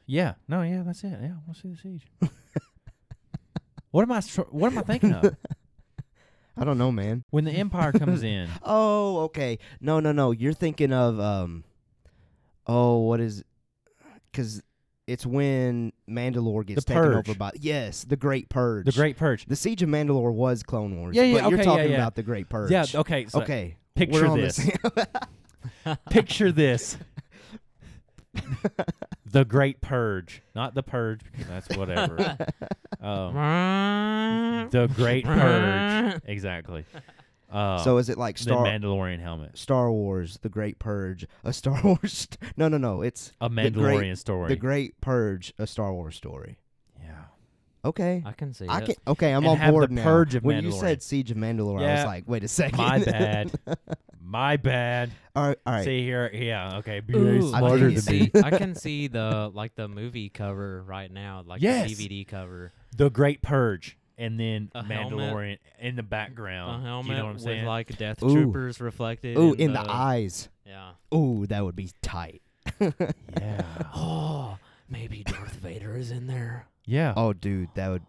Speaker 2: yeah, no, yeah, that's it. Yeah, I want to see the siege. what am I? str- What am I thinking of?
Speaker 1: I don't know, man.
Speaker 2: When the Empire comes in,
Speaker 1: Oh, okay. No, no, no. You're thinking of um oh, what is cuz it's when Mandalore gets
Speaker 2: The
Speaker 1: taken over
Speaker 2: Purge.
Speaker 1: by Yes, the Great Purge.
Speaker 2: the Great Purge.
Speaker 1: The Siege of Mandalore was Clone Wars.
Speaker 2: Yeah, yeah,
Speaker 1: but you're
Speaker 2: okay,
Speaker 1: talking
Speaker 2: yeah, yeah.
Speaker 1: about the Great Purge.
Speaker 2: Yeah. Okay. So
Speaker 1: okay.
Speaker 2: Picture
Speaker 1: we're on
Speaker 2: this.
Speaker 1: The same-
Speaker 2: Picture this. the Great Purge, not the Purge. because That's whatever. Um,
Speaker 4: Mmm.
Speaker 2: the Great Purge. Exactly. Uh,
Speaker 1: so is it like
Speaker 2: the
Speaker 1: Star
Speaker 2: Mandalorian helmet,
Speaker 1: Star Wars, the Great Purge, a Star Wars st- No, no, no. It's
Speaker 2: a
Speaker 1: great-
Speaker 2: Mandalorian story.
Speaker 1: the Great Purge, a Star Wars story.
Speaker 2: yeah.
Speaker 1: Okay.
Speaker 4: I can see
Speaker 1: I
Speaker 4: it.
Speaker 1: can okay, I'm
Speaker 2: And
Speaker 1: on
Speaker 2: have the
Speaker 1: board now.
Speaker 2: Purge of
Speaker 1: when you
Speaker 2: Mandalorian.
Speaker 1: said Siege of Mandalore, I was
Speaker 2: Yeah.
Speaker 1: like, wait a second.
Speaker 2: My bad. My bad.
Speaker 1: all right, all right.
Speaker 2: See here. Yeah. Okay. Be
Speaker 4: Ooh,
Speaker 1: smarter
Speaker 4: I
Speaker 1: than
Speaker 4: can see. I can see the like the movie cover right now, like
Speaker 2: Yes.
Speaker 4: the DVD cover.
Speaker 2: The Great Purge, and then
Speaker 4: A helmet.
Speaker 2: Mandalorian in the
Speaker 4: A
Speaker 2: background.
Speaker 4: helmet
Speaker 2: you know what I'm
Speaker 4: with
Speaker 2: saying?
Speaker 4: like Death
Speaker 1: Ooh.
Speaker 4: Troopers reflected.
Speaker 1: Ooh,
Speaker 4: in,
Speaker 1: in the, eyes.
Speaker 4: Yeah.
Speaker 1: Ooh, that would be tight.
Speaker 2: yeah.
Speaker 4: Oh, maybe Darth Vader is in there.
Speaker 2: Yeah.
Speaker 1: Oh, dude, that would.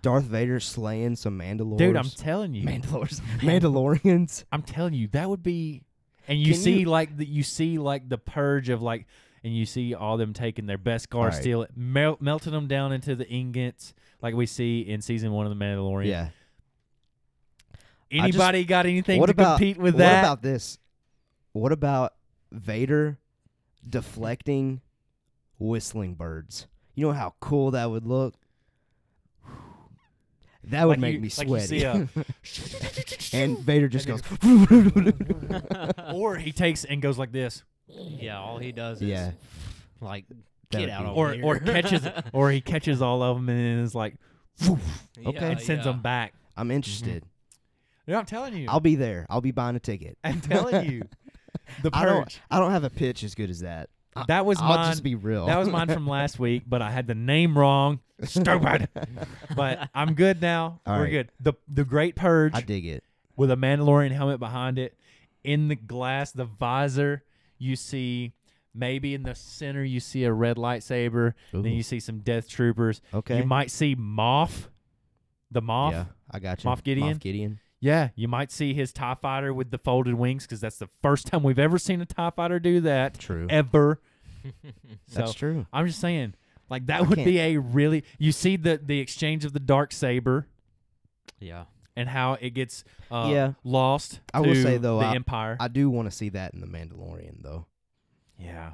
Speaker 1: Darth Vader slaying some Mandalores.
Speaker 2: Dude, I'm telling you.
Speaker 1: Mandalores, Mandalorians.
Speaker 2: I'm telling you, that would be. And you
Speaker 1: Can
Speaker 2: see,
Speaker 1: you-
Speaker 2: like the you see, like the purge of like, and you see all them taking their best car,
Speaker 1: Right.
Speaker 2: steal it, mel- melting them down into the ingots, like we see in season one of the Mandalorian.
Speaker 1: Yeah. I just-
Speaker 2: Anybody got anything
Speaker 1: what
Speaker 2: to
Speaker 1: about
Speaker 2: compete with
Speaker 1: what
Speaker 2: that?
Speaker 1: about this? What about Vader deflecting whistling birds? You know how cool that would look. That would
Speaker 2: Like
Speaker 1: make
Speaker 2: you-
Speaker 1: me
Speaker 2: like you see
Speaker 1: sweaty.
Speaker 2: a-
Speaker 1: and Vader just goes.
Speaker 2: or he takes and goes like this,
Speaker 4: Yeah, all he does is
Speaker 1: yeah.
Speaker 4: like
Speaker 1: That
Speaker 4: get
Speaker 1: would
Speaker 4: out
Speaker 1: be-
Speaker 4: of
Speaker 2: or
Speaker 4: here.
Speaker 2: or catches, or he catches all of them and then is like, "Woof,"
Speaker 1: Okay.
Speaker 2: and sends
Speaker 4: yeah.
Speaker 2: them back.
Speaker 1: I'm interested.
Speaker 2: Mm-hmm. No, I'm telling you,
Speaker 1: I'll be there. I'll be buying a ticket.
Speaker 2: I'm telling you, the
Speaker 1: I
Speaker 2: purge.
Speaker 1: don't. I don't have a pitch as good as that. I-
Speaker 2: That was
Speaker 1: I'll
Speaker 2: mine.
Speaker 1: just be real.
Speaker 2: That was mine from last week, but I had the name wrong. Stupid. but I'm good now.
Speaker 1: All
Speaker 2: We're
Speaker 1: right.
Speaker 2: good. The the Great Purge
Speaker 1: I dig it.
Speaker 2: with a Mandalorian helmet behind it. In the glass, the visor, you see maybe in the center you see a red lightsaber. Then
Speaker 1: Ooh.
Speaker 2: you see some death troopers.
Speaker 1: Okay.
Speaker 2: You might see Moff. The Moff.
Speaker 1: Yeah,
Speaker 2: Yeah.
Speaker 1: I got you.
Speaker 2: Moff Gideon?
Speaker 1: Moff Gideon.
Speaker 2: you might see his TIE fighter with the folded wings because that's the first time we've ever seen a TIE fighter do that
Speaker 1: True.
Speaker 2: ever.
Speaker 1: That's
Speaker 2: So,
Speaker 1: true.
Speaker 2: I'm just saying, like that
Speaker 1: I
Speaker 2: would be a really you see the the exchange of the dark saber
Speaker 4: Yeah.
Speaker 2: and how it gets uh,
Speaker 1: Yeah.
Speaker 2: lost.
Speaker 1: I will
Speaker 2: to
Speaker 1: say, though,
Speaker 2: the
Speaker 1: I-
Speaker 2: empire.
Speaker 1: I do want to see that in the Mandalorian though.
Speaker 2: yeah,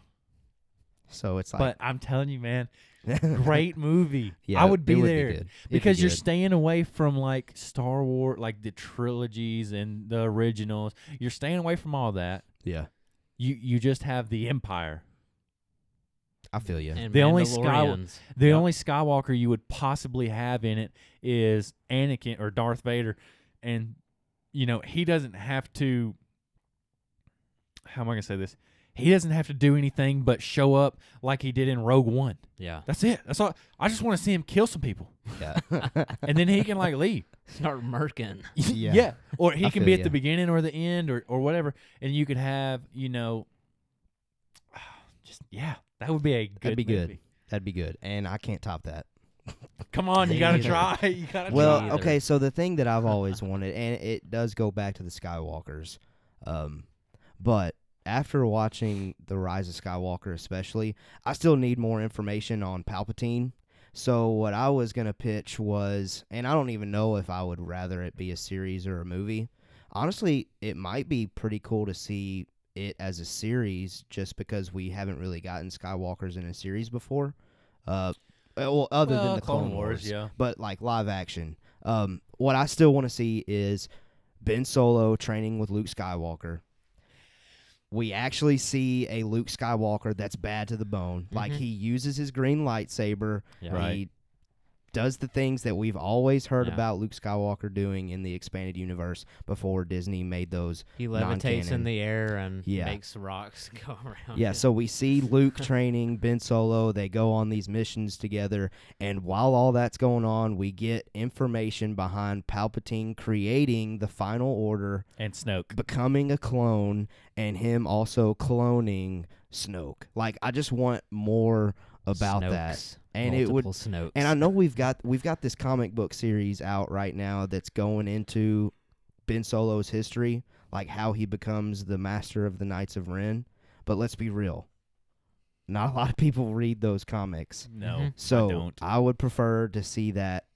Speaker 1: So it's like
Speaker 2: but I'm telling you, man, great movie.
Speaker 1: Yeah,
Speaker 2: I would
Speaker 1: it
Speaker 2: be
Speaker 1: would
Speaker 2: there
Speaker 1: good. It'd be
Speaker 2: because you're
Speaker 1: good.
Speaker 2: staying away from like Star Wars, like the trilogies and the originals. You're staying away from all that.
Speaker 1: yeah.
Speaker 2: You you just have the empire.
Speaker 1: I feel you.
Speaker 4: And
Speaker 2: The only Sky-
Speaker 4: Mandalorians.
Speaker 2: The
Speaker 4: Yep.
Speaker 2: only Skywalker you would possibly have in it is Anakin or Darth Vader, and you know he doesn't have to. How am I gonna say this? He doesn't have to do anything but show up like he did in Rogue One.
Speaker 4: Yeah.
Speaker 2: That's it. That's all. I just want to see him kill some people,
Speaker 1: yeah.
Speaker 2: and then he can like leave.
Speaker 4: Start murking.
Speaker 1: Yeah.
Speaker 2: Or he
Speaker 1: I
Speaker 2: can
Speaker 1: feel
Speaker 2: be at
Speaker 1: ya.
Speaker 2: the beginning or the end or or whatever, and you could have you know, just yeah, that would be a good.
Speaker 1: That'd be good.
Speaker 2: movie.
Speaker 1: That'd be good. And I can't top that.
Speaker 2: Come on, you
Speaker 4: Me
Speaker 2: gotta
Speaker 4: neither.
Speaker 2: try. You gotta
Speaker 1: well,
Speaker 2: try.
Speaker 4: either.
Speaker 1: okay, so the thing that I've always wanted, and it does go back to the Skywalkers, um, but after watching the Rise of Skywalker, especially, I still need more information on Palpatine. So what I was gonna pitch was, and I don't even know if I would rather it be a series or a movie. Honestly, it might be pretty cool to see it as a series, just because we haven't really gotten Skywalkers in a series before. Uh, well, other than
Speaker 2: Well,
Speaker 1: the Clone, Wars
Speaker 2: yeah.
Speaker 1: but like live action. Um, what I still want to see is Ben Solo training with Luke Skywalker. we actually see a Luke Skywalker that's bad to the bone. Like
Speaker 4: Mhm.
Speaker 1: he uses his green lightsaber.
Speaker 2: Yeah.
Speaker 1: He
Speaker 2: Right.
Speaker 1: does the things that we've always heard
Speaker 4: Yeah.
Speaker 1: about Luke Skywalker doing in the expanded universe before Disney made those.
Speaker 4: He levitates
Speaker 1: Non-canon.
Speaker 4: in the air and
Speaker 1: Yeah.
Speaker 4: makes rocks go around.
Speaker 1: Yeah,
Speaker 4: him.
Speaker 1: so we see Luke training Ben Solo. They go on these missions together. And while all that's going on, we get information behind Palpatine creating the Final Order
Speaker 2: and Snoke.
Speaker 1: becoming a clone and him also cloning Snoke. Like I just want more about that.
Speaker 4: Snokes.
Speaker 1: And it would
Speaker 4: Multiple Snokes.
Speaker 1: and I know we've got we've got this comic book series out right now that's going into Ben Solo's history, like how he becomes the master of the Knights of Ren, but let's be real. Not a lot of people read those comics.
Speaker 2: No,
Speaker 4: Mhm.
Speaker 1: So
Speaker 2: Mm-hmm. I don't.
Speaker 1: I would prefer to see that,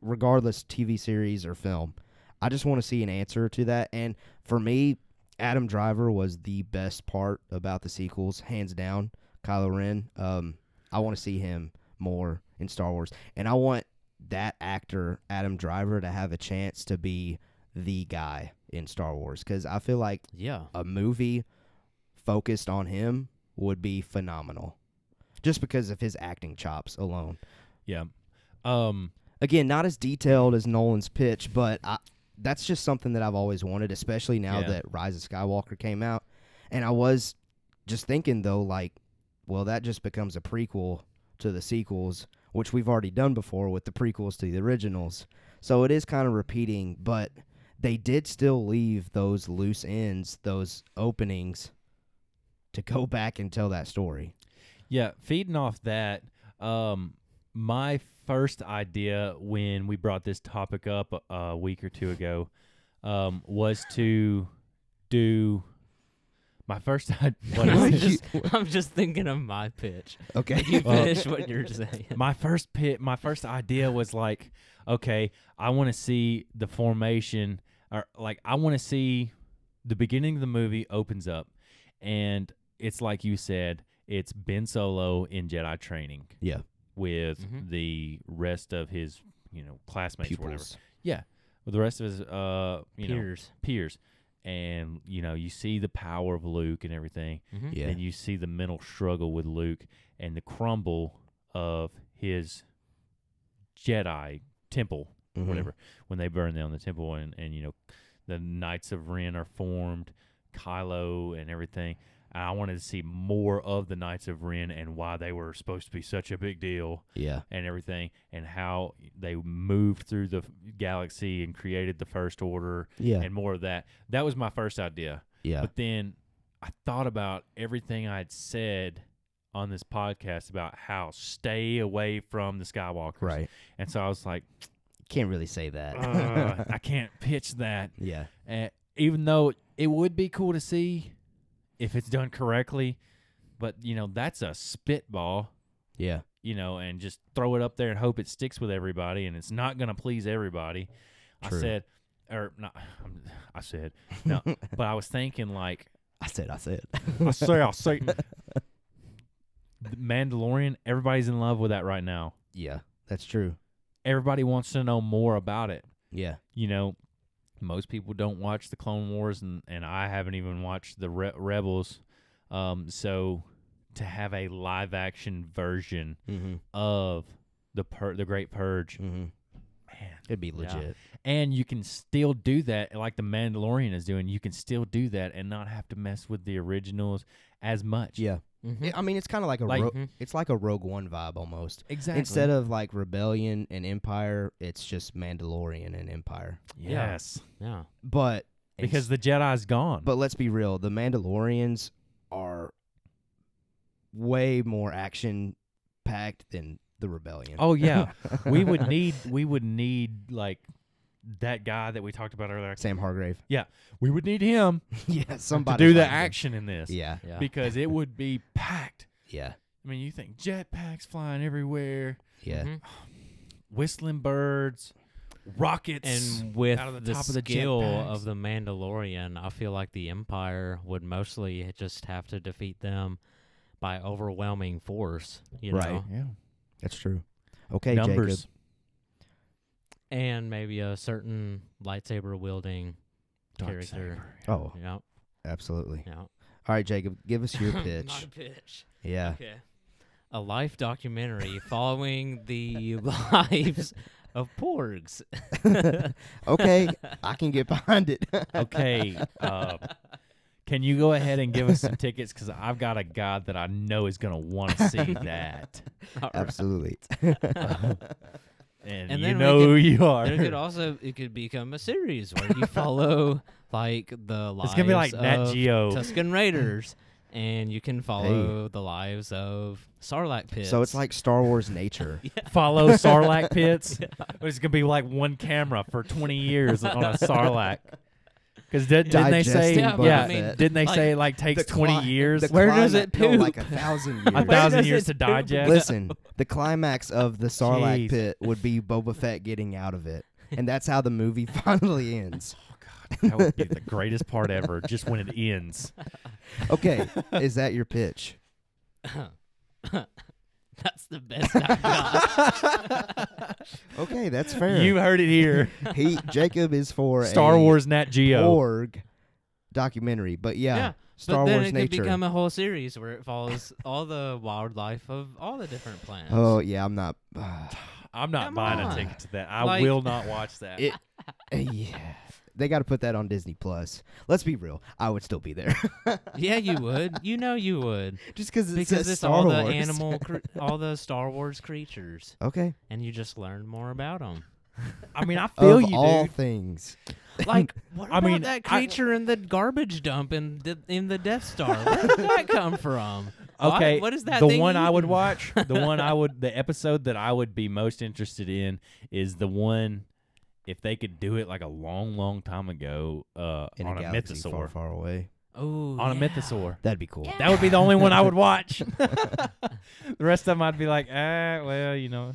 Speaker 1: regardless TV series or film. I just want to see an answer to that. And for me, Adam Driver was the best part about the sequels, hands down. Kylo Ren. Um, I want to see him more in Star Wars, and I want that actor Adam Driver to have a chance to be the guy in Star Wars because I feel like
Speaker 4: Yeah.
Speaker 1: a movie focused on him would be phenomenal just because of his acting chops alone.
Speaker 2: Yeah. Um.
Speaker 1: Again, not as detailed as Nolan's pitch, but I, that's just something that I've always wanted, especially now
Speaker 2: Yeah.
Speaker 1: that Rise of Skywalker came out. And I was just thinking, though, like, well, that just becomes a prequel to the sequels, which we've already done before with the prequels to the originals. So it is kind of repeating, but they did still leave those loose ends, those openings to go back and tell that story.
Speaker 2: Yeah, feeding off that, um, my first idea when we brought this topic up a, a week or two ago um, was to do my first idea.
Speaker 4: I'm, just, I'm just thinking of my pitch.
Speaker 1: Okay.
Speaker 4: You
Speaker 2: Well-
Speaker 4: finish what you're saying.
Speaker 2: my first pit, my first idea was like, okay, I want to see the formation, or like I want to see the beginning of the movie opens up, and it's like you said, it's Ben Solo in Jedi training.
Speaker 1: Yeah.
Speaker 2: with
Speaker 4: Mhm.
Speaker 2: the rest of his, you know, classmates or whatever. Yeah, with the rest of his, uh, you know,
Speaker 4: Peers.
Speaker 2: peers, and you know, you see the power of Luke and everything.
Speaker 4: Mhm.
Speaker 1: Yeah.
Speaker 2: And you see the mental struggle with Luke and the crumble of his Jedi temple,
Speaker 1: Mhm.
Speaker 2: whatever, when they burn down the temple and, and, you know, the Knights of Ren are formed, Kylo and everything. I wanted to see more of the Knights of Ren and why they were supposed to be such a big deal
Speaker 1: Yeah.
Speaker 2: and everything and how they moved through the galaxy and created the First Order
Speaker 1: Yeah.
Speaker 2: and more of that. That was my first idea.
Speaker 1: yeah.
Speaker 2: But then I thought about everything I had said on this podcast about how stay away from the Skywalkers.
Speaker 1: Right.
Speaker 2: And so I was like,
Speaker 1: Can't really say that.
Speaker 2: "Ugh, I can't pitch that.
Speaker 1: yeah.
Speaker 2: And even though it would be cool to see if it's done correctly, but you know, that's a spitball,
Speaker 1: Yeah.
Speaker 2: you know, and just throw it up there and hope it sticks with everybody and it's not going to please everybody.
Speaker 1: True.
Speaker 2: I said or not I said no, but I was thinking like
Speaker 1: I said. I said.
Speaker 2: I say, I say. The Mandalorian, everybody's in love with that right now.
Speaker 1: yeah. That's true.
Speaker 2: Everybody wants to know more about it.
Speaker 1: Yeah.
Speaker 2: You know, most people don't watch the Clone Wars, and, and I haven't even watched the Re- Rebels. Um, so to have a live action version
Speaker 1: Mm-hmm.
Speaker 2: of the pur- the Great Purge,
Speaker 1: Mm-hmm.
Speaker 2: man,
Speaker 1: It'd be legit.
Speaker 2: and you can still do that like the Mandalorian is doing. You can still do that and not have to mess with the originals as much.
Speaker 1: Yeah.
Speaker 4: Mhm.
Speaker 1: I mean, it's kind of like mm-hmm. a.
Speaker 2: Like-
Speaker 1: ro-
Speaker 4: Mhm.
Speaker 1: It's like a Rogue One vibe almost.
Speaker 2: exactly.
Speaker 1: Instead of like Rebellion and Empire, it's just Mandalorian and Empire.
Speaker 4: Yeah.
Speaker 2: yes.
Speaker 4: Yeah.
Speaker 1: But
Speaker 2: because the Jedi's gone.
Speaker 1: But let's be real, the Mandalorians are way more action packed than the Rebellion.
Speaker 2: oh yeah, we would need we would need like that guy that we talked about earlier.
Speaker 1: Sam Hargrave.
Speaker 2: We would need him
Speaker 1: yeah, somebody
Speaker 2: to do the
Speaker 1: like him.
Speaker 2: action in this
Speaker 1: Yeah,
Speaker 4: Yeah.
Speaker 2: because it would be packed.
Speaker 1: yeah,
Speaker 2: I mean, you think jetpacks flying everywhere,
Speaker 1: yeah.
Speaker 4: Mhm.
Speaker 2: whistling birds, rockets,
Speaker 4: And with
Speaker 2: out of the
Speaker 4: the,
Speaker 2: top of the
Speaker 4: skill
Speaker 2: jetpacks.
Speaker 4: of the Mandalorian, I feel like the Empire would mostly just have to defeat them by overwhelming force, you
Speaker 1: Right.
Speaker 4: know,
Speaker 2: yeah,
Speaker 1: That's true. Okay,
Speaker 2: numbers.
Speaker 1: Jacob.
Speaker 4: and maybe a certain lightsaber wielding character.
Speaker 1: Oh,
Speaker 4: Yeah.
Speaker 1: Absolutely.
Speaker 4: Yeah.
Speaker 1: All right, Jacob, give us your
Speaker 4: Not
Speaker 1: pitch.
Speaker 4: a pitch.
Speaker 1: yeah.
Speaker 4: Okay. A life documentary following the lives of porgs.
Speaker 1: Okay, I can get behind it.
Speaker 2: Okay. Uh, can you go ahead and give us some tickets? Because I've got a guy that I know is going to want to see that.
Speaker 4: All right.
Speaker 1: Absolutely.
Speaker 2: And,
Speaker 4: And
Speaker 2: you
Speaker 4: then we
Speaker 2: know
Speaker 4: could-
Speaker 2: who you are.
Speaker 4: And it could also it could become a series where you follow like the lives
Speaker 2: it's going to be like Nat
Speaker 4: of
Speaker 2: Geo.
Speaker 4: Tuscan Raiders, and you can follow the lives of Sarlacc pits.
Speaker 1: So it's like Star Wars nature.
Speaker 2: follow Sarlacc pits. But It's gonna be like one camera for twenty years on a Sarlacc. Because did, didn't they say?
Speaker 1: Digesting
Speaker 4: Yeah,
Speaker 1: Boba
Speaker 4: but I
Speaker 2: yeah,
Speaker 4: mean,
Speaker 1: Fett.
Speaker 2: didn't they
Speaker 4: like,
Speaker 2: say it like takes twenty
Speaker 1: cli-
Speaker 2: years?
Speaker 1: the
Speaker 4: Where does
Speaker 1: clima-
Speaker 4: it
Speaker 1: no, like a
Speaker 4: poop?
Speaker 1: thousand years.
Speaker 2: a thousand
Speaker 4: does
Speaker 2: years
Speaker 4: it
Speaker 2: to
Speaker 4: poop?
Speaker 2: digest.
Speaker 1: Listen, the climax of the Sarlacc
Speaker 2: Jeez.
Speaker 1: pit would be Boba Fett getting out of it, and that's how the movie finally ends.
Speaker 2: that would be the greatest part ever. Just when it ends.
Speaker 1: Okay, is that your pitch?
Speaker 4: that's the best I've got.
Speaker 1: Okay, that's fair.
Speaker 2: You heard it here.
Speaker 1: he Jacob is for
Speaker 2: Star
Speaker 1: a
Speaker 2: Wars Nat Geo.
Speaker 1: org documentary, but yeah,
Speaker 4: Yeah,
Speaker 1: Star
Speaker 4: but then
Speaker 1: Wars
Speaker 4: it
Speaker 1: nature.
Speaker 4: could become a whole series where it follows all the wildlife of all the different planets.
Speaker 1: oh yeah, I'm not. uh,
Speaker 2: I'm not
Speaker 4: Come
Speaker 2: buying a
Speaker 4: on.
Speaker 2: ticket to that. I
Speaker 4: Like-
Speaker 2: will not watch that.
Speaker 1: It- eh, yeah, they got to put that on Disney Plus. Let's be real, I would still be there
Speaker 4: Yeah, you would. You know you would
Speaker 1: just cause it
Speaker 4: because
Speaker 1: says
Speaker 4: it's
Speaker 1: Star
Speaker 4: all
Speaker 1: Wars.
Speaker 4: the animal, cre- all the Star Wars creatures,
Speaker 1: Okay,
Speaker 4: and you just learn more about them.
Speaker 2: I mean, I feel
Speaker 1: of
Speaker 2: you,
Speaker 1: all
Speaker 2: dude.
Speaker 1: things.
Speaker 4: Like, what
Speaker 2: I
Speaker 4: about
Speaker 2: mean,
Speaker 4: that
Speaker 2: I-
Speaker 4: creature in the garbage dump in the, in the Death Star? Where did that come from? Why-
Speaker 2: Okay,
Speaker 4: what is that?
Speaker 2: The
Speaker 4: thing
Speaker 2: one I would
Speaker 4: eating?
Speaker 2: watch, the one I would, the episode that I would be most interested in is the one. If they could do it like a long, long time ago, uh,
Speaker 1: In
Speaker 2: on
Speaker 1: a
Speaker 2: a,
Speaker 1: galaxy
Speaker 2: mythosaur,
Speaker 1: far, far away.
Speaker 4: Oh,
Speaker 2: on
Speaker 4: yeah.
Speaker 2: a mythosaur,
Speaker 1: That'd be cool.
Speaker 2: that would be the only one I would watch. the rest of them, I'd be like, ah, well, you know,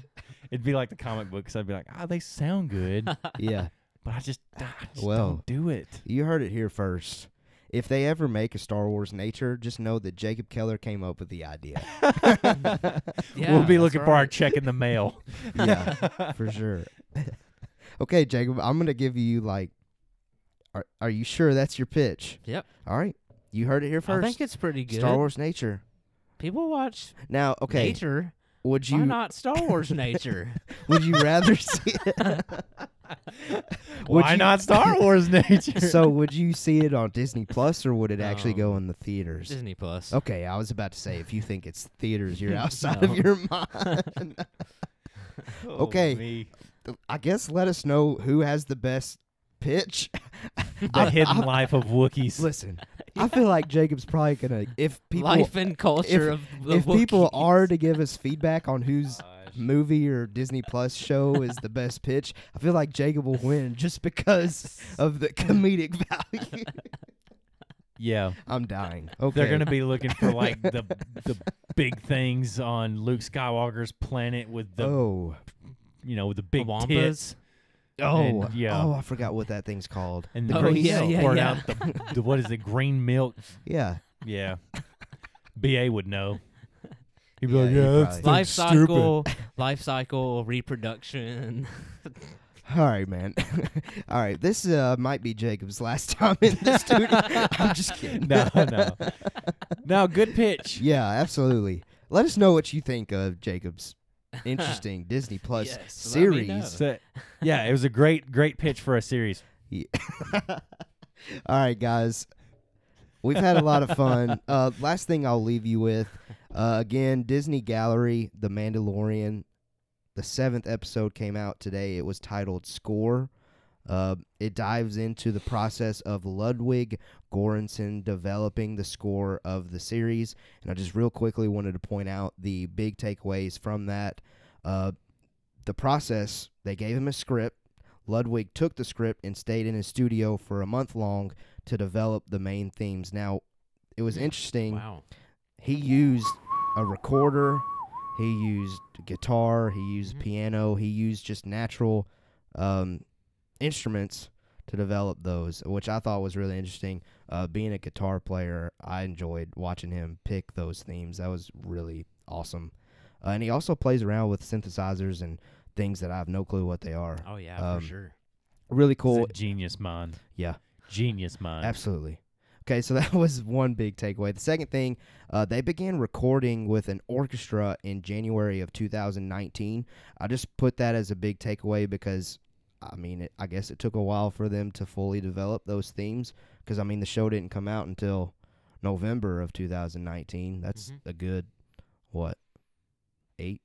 Speaker 2: it'd be like the comic books. I'd be like, ah, they sound good, but
Speaker 1: yeah,
Speaker 2: I just, I just
Speaker 1: Well.
Speaker 2: don't do it.
Speaker 1: you heard it here first. If they ever make a Star Wars nature, just know that Jacob Keller came up with the idea.
Speaker 4: Yeah,
Speaker 2: we'll be
Speaker 4: that's
Speaker 2: looking for our
Speaker 4: right.
Speaker 2: check in the mail.
Speaker 1: yeah, for sure. okay, Jacob, I'm gonna give you like, are are you sure that's your pitch?
Speaker 4: Yep.
Speaker 1: All right, you heard it here
Speaker 4: I
Speaker 1: first.
Speaker 4: think it's pretty good.
Speaker 1: Star Wars nature.
Speaker 4: People watch
Speaker 1: Now, okay,
Speaker 4: nature.
Speaker 1: would
Speaker 4: Why
Speaker 1: you
Speaker 4: not Star Wars nature?
Speaker 1: would you rather see it? Would
Speaker 2: Why
Speaker 1: you-
Speaker 2: not Star Wars nature?
Speaker 1: so would you see it on Disney Plus or would it actually go
Speaker 4: Um,
Speaker 1: in the theaters?
Speaker 4: Disney Plus.
Speaker 1: Okay, I was about to say if you think it's theaters, you're outside
Speaker 4: No.
Speaker 1: of your mind.
Speaker 2: Oh,
Speaker 1: okay.
Speaker 2: me.
Speaker 1: I guess let us know who has the best pitch.
Speaker 4: Uh,
Speaker 2: the hidden life of Wookiees.
Speaker 1: Listen, I feel like Jacob's probably gonna if people
Speaker 4: Life and culture of the
Speaker 1: if people
Speaker 4: Wookiees.
Speaker 1: are to give us feedback on whose
Speaker 2: Oh
Speaker 1: movie or Disney Plus show is the best pitch, I feel like Jacob will win just because of the comedic value.
Speaker 2: Yeah,
Speaker 1: I'm dying. Okay.
Speaker 2: they're gonna be looking for like the the big things on Luke Skywalker's planet with the
Speaker 1: Oh.
Speaker 2: you know with the big
Speaker 4: Wampas?
Speaker 2: tits
Speaker 1: Oh.
Speaker 2: And, yeah.
Speaker 1: Oh, I forgot what that thing's called.
Speaker 2: and the
Speaker 4: Oh,
Speaker 2: green
Speaker 4: yeah,
Speaker 2: milk
Speaker 4: yeah,
Speaker 2: pouring
Speaker 4: yeah.
Speaker 2: out the, the what is it green milk?
Speaker 1: Yeah.
Speaker 2: Yeah, Ba would know. He'd be
Speaker 1: Yeah,
Speaker 2: like,
Speaker 1: he
Speaker 2: yeah, that's
Speaker 1: probably-
Speaker 4: life
Speaker 2: that's stupid."
Speaker 4: cycle, life cycle, reproduction.
Speaker 1: All right, man. All right. This uh, might be Jacob's last time in the studio. I'm just kidding.
Speaker 2: No, no, no. Good pitch.
Speaker 1: Yeah, absolutely. Let us know what you think of Jacob's interesting Disney Plus
Speaker 4: Yes, let me know.
Speaker 1: series.
Speaker 2: So- yeah, it was a great, great pitch for a series.
Speaker 1: All right, guys. We've had a lot of fun. Uh, last thing I'll leave you with uh, again, Disney Gallery, The Mandalorian. The seventh episode came out today. It was titled Score. Uh, it dives into the process of Ludwig Göransson developing the score of the series. And I just real quickly wanted to point out the big takeaways from that. Uh, the process, they gave him a script. Ludwig took the script and stayed in his studio for a month long to develop the main themes. Now, it was interesting.
Speaker 4: Wow.
Speaker 1: He used a recorder, he used guitar, he used
Speaker 4: Mhm.
Speaker 1: piano, he used just natural um, instruments to develop those, which I thought was really interesting. Uh, being a guitar player, I enjoyed watching him pick those themes. That was really awesome. Uh, and he also plays around with synthesizers and things that I have no clue what they are.
Speaker 4: Oh yeah,
Speaker 1: Um,
Speaker 4: for sure.
Speaker 1: Really
Speaker 2: Cool.
Speaker 1: cool.
Speaker 2: genius mind.
Speaker 1: Yeah.
Speaker 2: Genius mind.
Speaker 1: Absolutely. Okay, so that was one big takeaway. The second thing, uh, they began recording with an orchestra in January of 2019. I just put that as a big takeaway because, I mean, it, I guess it took a while for them to fully develop those themes because, I mean, the show didn't come out until November of 2019. That's
Speaker 4: Mhm.
Speaker 1: a good, what, eight,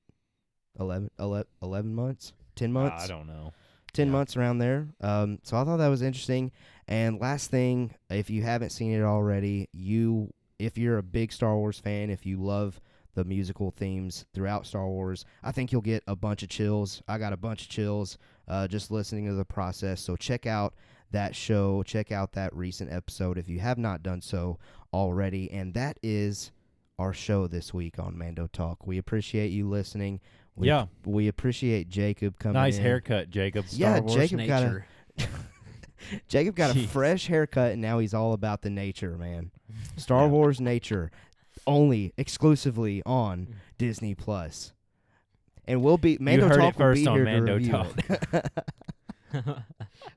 Speaker 1: 11, 11, 11 months? 10 months?
Speaker 2: I don't know.
Speaker 1: 10
Speaker 4: Yeah.
Speaker 1: months around there. Um, so I thought that was interesting. And last thing, if you haven't seen it already, you if you're a big Star Wars fan, if you love the musical themes throughout Star Wars, I think you'll get a bunch of chills. I got a bunch of chills uh, just listening to the process. So check out that show, check out that recent episode if you have not done so already. And that is our show this week on Mando Talk. We appreciate you listening. We,
Speaker 2: yeah,
Speaker 1: We appreciate Jacob coming
Speaker 2: nice
Speaker 1: in.
Speaker 2: haircut, Jacob.
Speaker 1: Yeah,
Speaker 4: Star Wars
Speaker 1: Jacob got a-
Speaker 4: nature.
Speaker 1: Jacob got a
Speaker 2: Jeez.
Speaker 1: fresh haircut, and now he's all about the nature, man. Star
Speaker 2: Yeah.
Speaker 1: Wars nature, only exclusively on Disney Plus. And we'll be Mando
Speaker 2: Mm. heard it
Speaker 1: Talk will
Speaker 2: first
Speaker 1: be
Speaker 2: on
Speaker 1: here to
Speaker 2: Mando
Speaker 1: review it.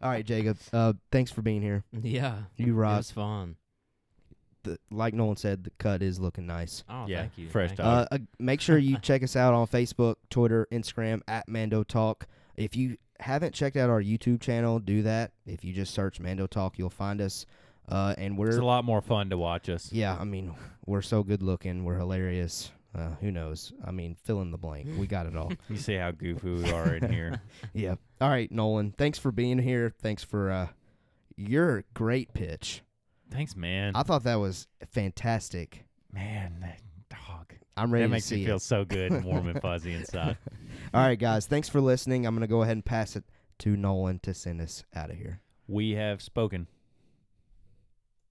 Speaker 1: all right, Jacob. Uh, thanks for being here.
Speaker 4: yeah,
Speaker 1: You
Speaker 4: it
Speaker 1: rock.
Speaker 4: was fun.
Speaker 1: The- like Nolan said, the cut is looking nice.
Speaker 4: Oh,
Speaker 2: Yeah,
Speaker 4: thank you.
Speaker 2: fresh
Speaker 4: thank
Speaker 2: dog.
Speaker 1: Uh, uh, make sure you check us out on Facebook, Twitter, Instagram at Mando Talk. If you haven't checked out our YouTube channel, do that. If you just search Mando Talk, you'll find us. Uh, and we're
Speaker 2: It's a lot more fun to watch us.
Speaker 1: Yeah, I mean, we're so good looking. We're hilarious. Uh, who knows? I mean, fill in the blank. We got it all.
Speaker 2: You see how goofy we are in here.
Speaker 1: yeah. All right, Nolan. Thanks for being here. Thanks for uh, your great pitch.
Speaker 2: Thanks, man.
Speaker 1: I thought that was fantastic.
Speaker 2: man, that dog.
Speaker 1: I'm ready
Speaker 2: that
Speaker 1: to
Speaker 2: makes
Speaker 1: see
Speaker 2: me feel
Speaker 1: it.
Speaker 2: so good and warm and fuzzy inside.
Speaker 1: All right, guys. Thanks for listening. I'm gonna go ahead and pass it to Nolan to send us out of here.
Speaker 2: We have spoken.